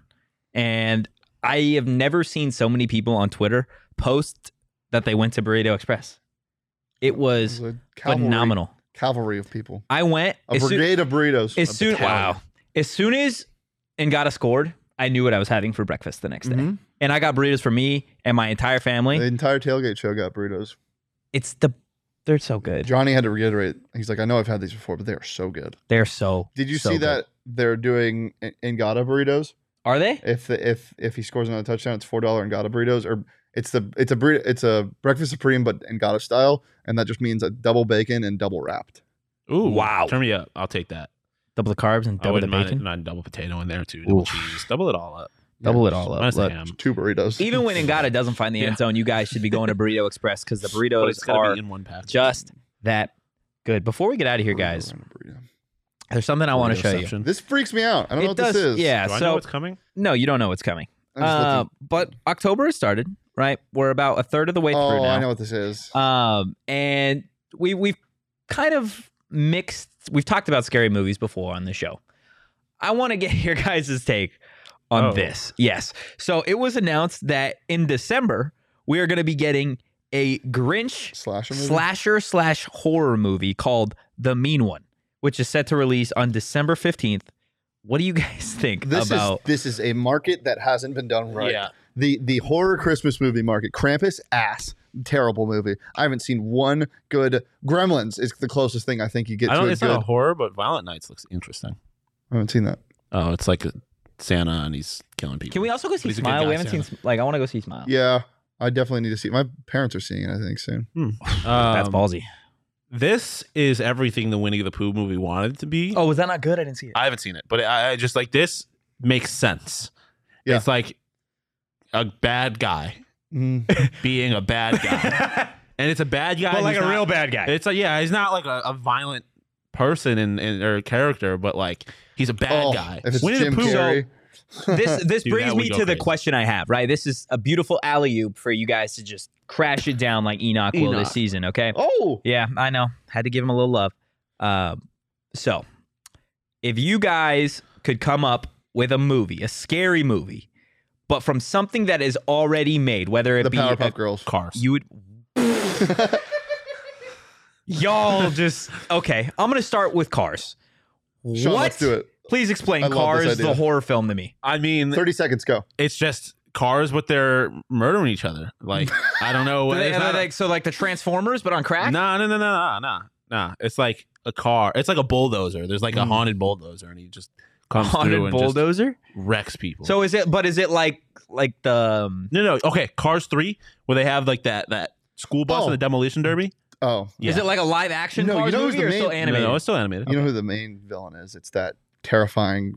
Speaker 1: and I have never seen so many people on Twitter post that they went to Burrito Express. It was
Speaker 2: It was a cavalry,
Speaker 1: phenomenal.
Speaker 2: cavalry of people,
Speaker 1: I went
Speaker 2: a
Speaker 1: as soo-
Speaker 2: brigade of burritos.
Speaker 1: as
Speaker 2: A
Speaker 1: soon
Speaker 2: battalion.
Speaker 1: wow as soon as and got scored, I knew what I was having for breakfast the next day,
Speaker 2: Mhm.
Speaker 1: and I got burritos for me and my entire family.
Speaker 2: The entire tailgate show got burritos.
Speaker 1: it's the they're so good.
Speaker 2: Johnny had to reiterate. He's like, I know I've had these before, but they are so good.
Speaker 1: They're so.
Speaker 2: Did you
Speaker 1: so
Speaker 2: see
Speaker 1: good.
Speaker 2: that they're doing in- Ingata burritos?
Speaker 1: Are they?
Speaker 2: If the, if if he scores another touchdown, it's four dollar Ingata burritos, or it's the it's a burrito, it's a breakfast supreme, but Ingata style, and that just means a double bacon and double wrapped.
Speaker 3: Ooh,
Speaker 1: Wow.
Speaker 3: Turn me up. I'll take that.
Speaker 1: Double the carbs and double
Speaker 3: I
Speaker 1: the
Speaker 3: wouldn't mind,
Speaker 1: bacon.
Speaker 3: mind double potato in there too. Double
Speaker 1: Oof.
Speaker 3: cheese. Double it all up.
Speaker 1: Double
Speaker 2: Yeah,
Speaker 1: it all up.
Speaker 3: Minus the
Speaker 1: Look,
Speaker 3: ham.
Speaker 2: Two burritos.
Speaker 1: even when Ngata doesn't find the
Speaker 3: Yeah.
Speaker 1: end zone, you guys should be going to Burrito Express because the
Speaker 3: But
Speaker 1: burritos
Speaker 3: it's gonna
Speaker 1: are
Speaker 3: be in one package.
Speaker 1: just that good. Before we get out of here, guys, there's something I want to show you.
Speaker 3: Reception.
Speaker 2: This freaks me out. I don't know
Speaker 1: It
Speaker 2: what
Speaker 1: does,
Speaker 2: this is.
Speaker 1: yeah.
Speaker 3: Do I know
Speaker 1: so
Speaker 3: what's coming?
Speaker 1: no, you don't know what's coming.
Speaker 2: I'm just
Speaker 1: Uh,
Speaker 2: looking.
Speaker 1: but October has started, right? We're about a third of the way through
Speaker 2: Oh,
Speaker 1: now.
Speaker 2: I know what this is.
Speaker 1: Um, and we we've kind of mixed. We've talked about scary movies before on the show. I want to get your guys' take on
Speaker 3: Oh.
Speaker 1: this. Yes. So it was announced that in December we are going to be getting a Grinch
Speaker 2: Slasher movie.
Speaker 1: slasher slash horror movie called The Mean One, which is set to release on December fifteenth. What do you guys think
Speaker 2: this
Speaker 1: about?
Speaker 2: is this is a market that hasn't been done right.
Speaker 3: Yeah.
Speaker 2: The the horror Christmas movie market. Krampus ass. Terrible movie. I haven't seen one good. Gremlins is the closest thing I think you get
Speaker 3: I
Speaker 2: to
Speaker 3: don't.
Speaker 2: a
Speaker 3: It's
Speaker 2: good.
Speaker 3: not a horror, but Violent Nights looks interesting.
Speaker 2: I haven't seen that.
Speaker 3: Oh, it's like a Santa and he's killing people.
Speaker 1: Can we also go see
Speaker 3: He's a good
Speaker 1: Smile?
Speaker 3: guy,
Speaker 1: we haven't
Speaker 3: Santa.
Speaker 1: seen like I want to go see Smile.
Speaker 2: Yeah, I definitely need to see. It. My parents are seeing it. I think soon.
Speaker 1: that's
Speaker 3: Um,
Speaker 1: ballsy.
Speaker 3: This is everything the Winnie the Pooh movie wanted it to be.
Speaker 1: Oh, was that not good? I didn't see it.
Speaker 3: I haven't seen it, but I, I just like this makes sense.
Speaker 2: Yeah.
Speaker 3: It's like a bad guy
Speaker 2: Mm.
Speaker 3: being a bad guy, and it's a bad guy,
Speaker 1: but like
Speaker 3: who's
Speaker 1: a
Speaker 3: not-
Speaker 1: real bad guy.
Speaker 3: It's like yeah, he's not like a, a violent person in, in or character, but like he's a bad
Speaker 2: Oh,
Speaker 3: guy.
Speaker 2: If it's
Speaker 3: Winnie the
Speaker 2: Jim
Speaker 3: Pooh-
Speaker 2: Carrey,
Speaker 1: this this
Speaker 3: Dude,
Speaker 1: brings
Speaker 3: that would
Speaker 1: me to
Speaker 3: go
Speaker 1: the
Speaker 3: crazy.
Speaker 1: question I have, right? This is a beautiful alley oop for you guys to just crash it down like Enoch, will this
Speaker 3: Enoch.
Speaker 1: season, okay?
Speaker 2: oh,
Speaker 1: Yeah, I know. Had to give him a little love. Uh, so, if you guys could come up with a movie, a scary movie, but from something that is already made, whether it
Speaker 2: the
Speaker 1: be
Speaker 2: Powerpuff
Speaker 1: a-
Speaker 2: Girls.
Speaker 3: Cars.
Speaker 1: you would y'all just okay. I'm gonna start with Cars.
Speaker 2: Sean,
Speaker 1: what?
Speaker 2: let's do it.
Speaker 1: Please explain
Speaker 2: I love this
Speaker 1: Cars, the
Speaker 2: idea.
Speaker 1: horror film, to me.
Speaker 3: I mean,
Speaker 2: Thirty seconds. Go.
Speaker 3: it's just cars, but they're murdering each other. Like I don't know.
Speaker 1: Do they-
Speaker 3: it's
Speaker 1: are
Speaker 3: not
Speaker 1: they like- so like the Transformers, but on
Speaker 3: a,
Speaker 1: crack.
Speaker 3: nah, nah, nah, nah, nah, nah, nah. It's like a car. It's like a bulldozer. There's like a haunted bulldozer, and he just comes through
Speaker 1: haunted
Speaker 3: and
Speaker 1: bulldozer.
Speaker 3: just wrecks people.
Speaker 1: So is it? But is it like like the? Um,
Speaker 3: no, no, okay, Cars three, where they have like that that school bus
Speaker 2: Oh.
Speaker 3: and the demolition derby.
Speaker 2: Oh,
Speaker 3: Yeah.
Speaker 1: Is it like a live action
Speaker 2: No, you
Speaker 1: Cars
Speaker 2: know who's
Speaker 1: movie
Speaker 2: the
Speaker 1: or
Speaker 2: main-
Speaker 1: still animated?
Speaker 3: No, no, it's still animated.
Speaker 2: you know who the main villain is? It's that terrifying.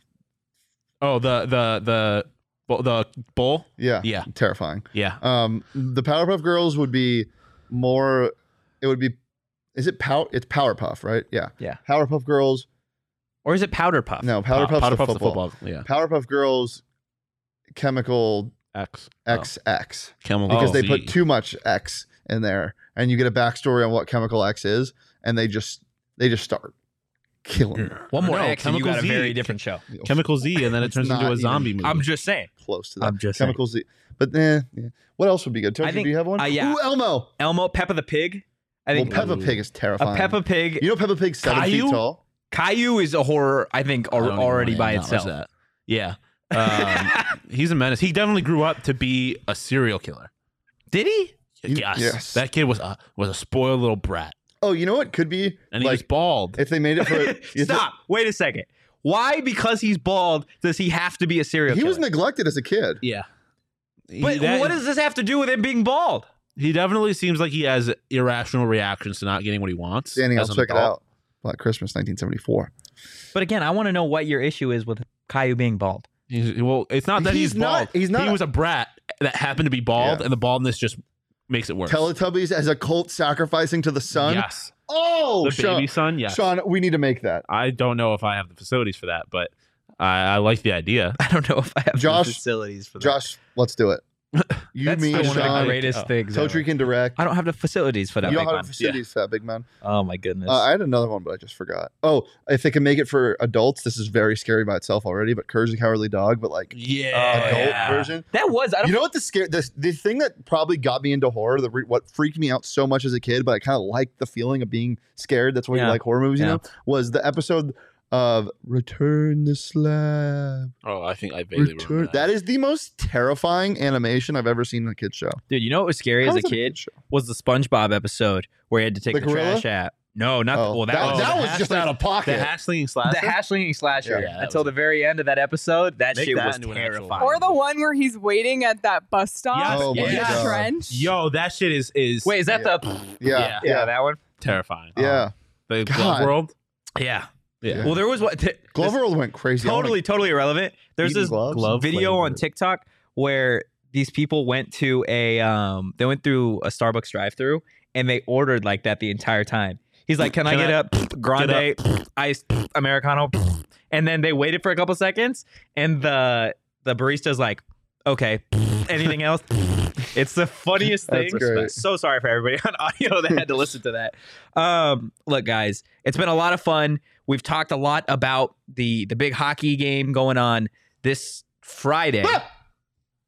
Speaker 3: oh, the the the bu- the bull.
Speaker 2: Yeah,
Speaker 3: Yeah,
Speaker 2: terrifying.
Speaker 3: yeah.
Speaker 2: Um, the Powerpuff Girls would be more. It would be. Is it pow? It's Powerpuff, right? Yeah.
Speaker 1: Yeah.
Speaker 2: Powerpuff Girls.
Speaker 1: or is it Powder Puff?
Speaker 2: No, Powerpuff's, the,
Speaker 3: Powder Puff's the
Speaker 2: football.
Speaker 3: football. Yeah,
Speaker 2: Powerpuff Girls, chemical
Speaker 3: X Oh,
Speaker 2: X X
Speaker 3: Camel
Speaker 1: Oh,
Speaker 2: because they put too much X in there, and you get a backstory on what chemical X is, and they just they just start killing. them.
Speaker 1: One more
Speaker 3: No,
Speaker 1: X, and you
Speaker 3: Chemical
Speaker 1: got a
Speaker 3: Z.
Speaker 1: very different show.
Speaker 3: Chemical Z, and then it
Speaker 2: It's
Speaker 3: turns
Speaker 2: not
Speaker 3: into a
Speaker 2: even-
Speaker 3: zombie movie.
Speaker 1: I'm just saying.
Speaker 2: Close to that.
Speaker 1: I'm just saying.
Speaker 2: chemical Z. But eh, yeah. what else would be good?
Speaker 1: I
Speaker 2: Toji,
Speaker 1: think-
Speaker 2: do you have one?
Speaker 1: uh, yeah.
Speaker 2: Ooh, Elmo.
Speaker 1: Elmo, Peppa the Pig. I
Speaker 2: Well,
Speaker 1: think
Speaker 2: Peppa Pig is terrifying.
Speaker 1: a Peppa Pig.
Speaker 2: You know Peppa Pig's seven
Speaker 3: Caillou?
Speaker 2: feet tall.
Speaker 1: Caillou is a horror. I think
Speaker 3: I
Speaker 1: al-
Speaker 3: don't even
Speaker 1: already
Speaker 3: wanna
Speaker 1: by
Speaker 3: acknowledge
Speaker 1: itself.
Speaker 3: that. Yeah. Um, he's a menace. He definitely grew up to be a serial killer.
Speaker 1: Did he?
Speaker 2: You-
Speaker 3: yes.
Speaker 2: yes.
Speaker 3: That kid was a was a spoiled little brat.
Speaker 2: Oh, you know what could be
Speaker 3: And he
Speaker 2: like
Speaker 3: was bald.
Speaker 2: if they made it for if
Speaker 1: Stop. Wait a second. Why? Because he's bald. Does he have to be a
Speaker 2: they-
Speaker 1: serial
Speaker 2: He
Speaker 1: killer?
Speaker 2: was neglected as a kid.
Speaker 3: yeah. He-
Speaker 1: But
Speaker 3: that-
Speaker 1: what does this have to do with him being bald?
Speaker 3: he definitely seems like he has irrational reactions to not getting what he wants.
Speaker 2: Danny, I'll
Speaker 3: as an
Speaker 2: check it
Speaker 3: adult.
Speaker 2: out. Black Christmas, 1974.
Speaker 1: But again, I want to know what your issue is with Caillou being bald.
Speaker 3: He's, well, it's not that he's,
Speaker 2: He's not-
Speaker 3: bald.
Speaker 2: he's not-
Speaker 3: He was a brat that happened to be bald,
Speaker 2: Yeah.
Speaker 3: and the baldness just makes it worse.
Speaker 2: Teletubbies as a cult sacrificing to the sun.
Speaker 3: Yes.
Speaker 2: Oh,
Speaker 3: the
Speaker 2: Sean,
Speaker 3: baby son. Yes.
Speaker 2: Sean, we need to make that.
Speaker 3: I don't know if I have the facilities for that, but I, I like the idea.
Speaker 1: I don't know if I have
Speaker 2: Josh-
Speaker 1: the facilities for that.
Speaker 2: Josh, let's do it. You,
Speaker 1: That's
Speaker 2: me,
Speaker 1: still one of the
Speaker 3: Sean.
Speaker 2: Sean,
Speaker 1: greatest
Speaker 3: Oh.
Speaker 1: things.
Speaker 2: Totri
Speaker 1: ever.
Speaker 2: can direct.
Speaker 1: I don't have the facilities for that.
Speaker 2: you
Speaker 1: Big
Speaker 2: don't
Speaker 1: man.
Speaker 2: have facilities for that, big man.
Speaker 1: Oh my goodness.
Speaker 2: Uh, I had another one, but I just forgot. Oh, if they can make it for adults, this is very scary by itself already. But Courage the Cowardly Dog, but like
Speaker 3: Yeah.
Speaker 2: Uh, adult
Speaker 1: Oh, yeah.
Speaker 2: version.
Speaker 1: that was. I don't.
Speaker 2: You know what the scare the, the thing that probably got me into horror, the re- what freaked me out so much as a kid, but I kind of liked the feeling of being scared. That's why
Speaker 1: Yeah.
Speaker 2: you like horror movies,
Speaker 1: Yeah.
Speaker 2: you know, was the episode of Return the Slab.
Speaker 3: Oh, I think I vaguely
Speaker 2: Return.
Speaker 3: remember that.
Speaker 2: That is the most terrifying animation I've ever seen in a kid's show.
Speaker 1: Dude, you know what was scary
Speaker 2: How
Speaker 1: as a
Speaker 2: is it
Speaker 1: kid
Speaker 2: kid's show?
Speaker 1: was the SpongeBob episode where he had to take
Speaker 2: The
Speaker 1: the,
Speaker 2: gorilla?
Speaker 1: trash out. No, not the,
Speaker 2: Oh,
Speaker 1: well. That,
Speaker 2: that,
Speaker 1: was,
Speaker 2: that
Speaker 3: the
Speaker 2: was just
Speaker 3: hashtag-
Speaker 2: out of
Speaker 3: The
Speaker 2: pocket.
Speaker 3: hashling
Speaker 1: the
Speaker 3: slasher.
Speaker 1: hashling slasher
Speaker 2: Yeah,
Speaker 3: that
Speaker 1: until
Speaker 3: was-
Speaker 1: the very end of that episode. That
Speaker 3: Make
Speaker 1: shit
Speaker 3: that
Speaker 1: was
Speaker 3: into an actual-
Speaker 1: terrifying.
Speaker 4: Or the one where he's waiting at that bus stop
Speaker 3: Yes,
Speaker 2: Oh my
Speaker 4: in
Speaker 3: yes.
Speaker 4: the
Speaker 2: God.
Speaker 4: trench.
Speaker 3: Yo, that shit is is
Speaker 1: Wait, is that
Speaker 2: Yeah.
Speaker 1: the?
Speaker 2: yeah, Um,
Speaker 1: yeah,
Speaker 2: yeah,
Speaker 1: that one.
Speaker 3: terrifying.
Speaker 2: yeah.
Speaker 3: Um, the
Speaker 2: God.
Speaker 3: glove world.
Speaker 1: Yeah.
Speaker 3: Yeah.
Speaker 1: Well, there was what. T-
Speaker 2: Glover went crazy. I wanna-
Speaker 1: totally, totally irrelevant. There's
Speaker 2: Eating
Speaker 1: this
Speaker 2: gloves?
Speaker 3: glove
Speaker 1: video on
Speaker 3: flavored.
Speaker 1: TikTok where these people went to a um they went through a Starbucks drive-through and they ordered like that the entire time. He's like, "Can, I
Speaker 3: Can
Speaker 1: get
Speaker 3: I-
Speaker 1: a pfft, grande pfft, iced pfft, americano?" pfft?" And then they waited for a couple seconds and the the barista's like, "Okay, pfft, anything else?" Pfft." it's the funniest thing.
Speaker 2: That's great.
Speaker 1: So sorry for everybody on audio that had to listen to that. Um, look, guys, it's been a lot of fun. We've talked a lot about the the big hockey game going on this Friday.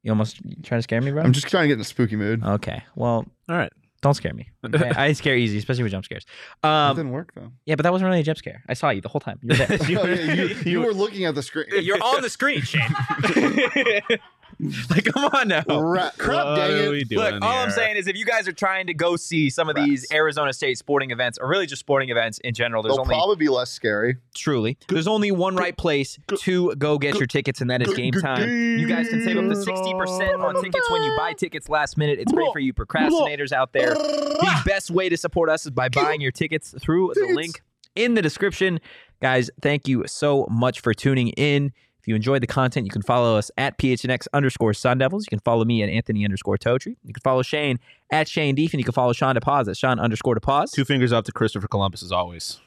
Speaker 1: You almost trying to scare me, bro?
Speaker 2: I'm just trying to get in a spooky mood.
Speaker 1: okay. Well,
Speaker 3: All right.
Speaker 1: don't scare me. Okay? I scare easy, especially with jump scares.
Speaker 2: it
Speaker 1: Um,
Speaker 2: didn't work though.
Speaker 1: yeah, but that wasn't really a jump scare. I saw you the whole time. You were there.
Speaker 2: Oh, yeah, you, you were looking at the screen.
Speaker 1: You're on the screen, Shane. like, come on now.
Speaker 2: Ra- crap,
Speaker 3: What
Speaker 2: dang
Speaker 3: are
Speaker 2: it.
Speaker 3: we doing
Speaker 1: Look, all I'm
Speaker 3: here?
Speaker 1: saying is if you guys are trying to go see some of these Arizona State sporting events, or really just sporting events in general, there's
Speaker 2: They'll
Speaker 1: only
Speaker 2: probably be less scary.
Speaker 1: truly there's only one right place to go get your tickets, and that is game time. You guys can save up to 60% on tickets when you buy tickets last minute. It's great for you procrastinators out there. The best way to support us is by buying your tickets through the
Speaker 2: Tickets.
Speaker 1: link in the description. Guys, thank you so much for tuning in. If you enjoyed the content, you can follow us at PHNX underscore Sun Devils. You can follow me at Anthony underscore Totri. You can follow Shane at Shane Deef, and you can follow Sean to pause at Sean underscore to pause.
Speaker 3: Two fingers up to Christopher Columbus as always.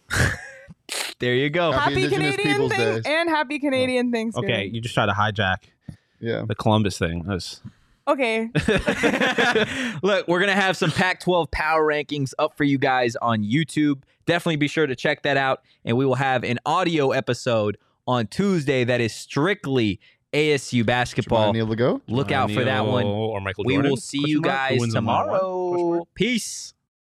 Speaker 1: There you go.
Speaker 2: Happy
Speaker 4: Happy
Speaker 2: Indigenous
Speaker 4: Canadian
Speaker 2: Peoples'
Speaker 4: thing
Speaker 2: Days.
Speaker 4: and happy Canadian Thanksgiving.
Speaker 3: Okay, you just try to hijack
Speaker 2: Yeah.
Speaker 3: the Columbus thing. That was-
Speaker 4: Okay.
Speaker 1: Look, we're going to have some Pac 12 power rankings up for you guys on YouTube. Definitely be sure to check that out. And we will have an audio episode on Tuesday that is stricely ASU basketball.
Speaker 2: Jamal Neal to go.
Speaker 1: Look out for
Speaker 3: Neil
Speaker 1: that one.
Speaker 3: Or Michael
Speaker 1: We
Speaker 3: oh. Jordan?
Speaker 1: will see
Speaker 3: Question
Speaker 1: you
Speaker 3: mark? Who
Speaker 1: guys
Speaker 3: wins the March? Question mark?
Speaker 1: tomorrow. Peace.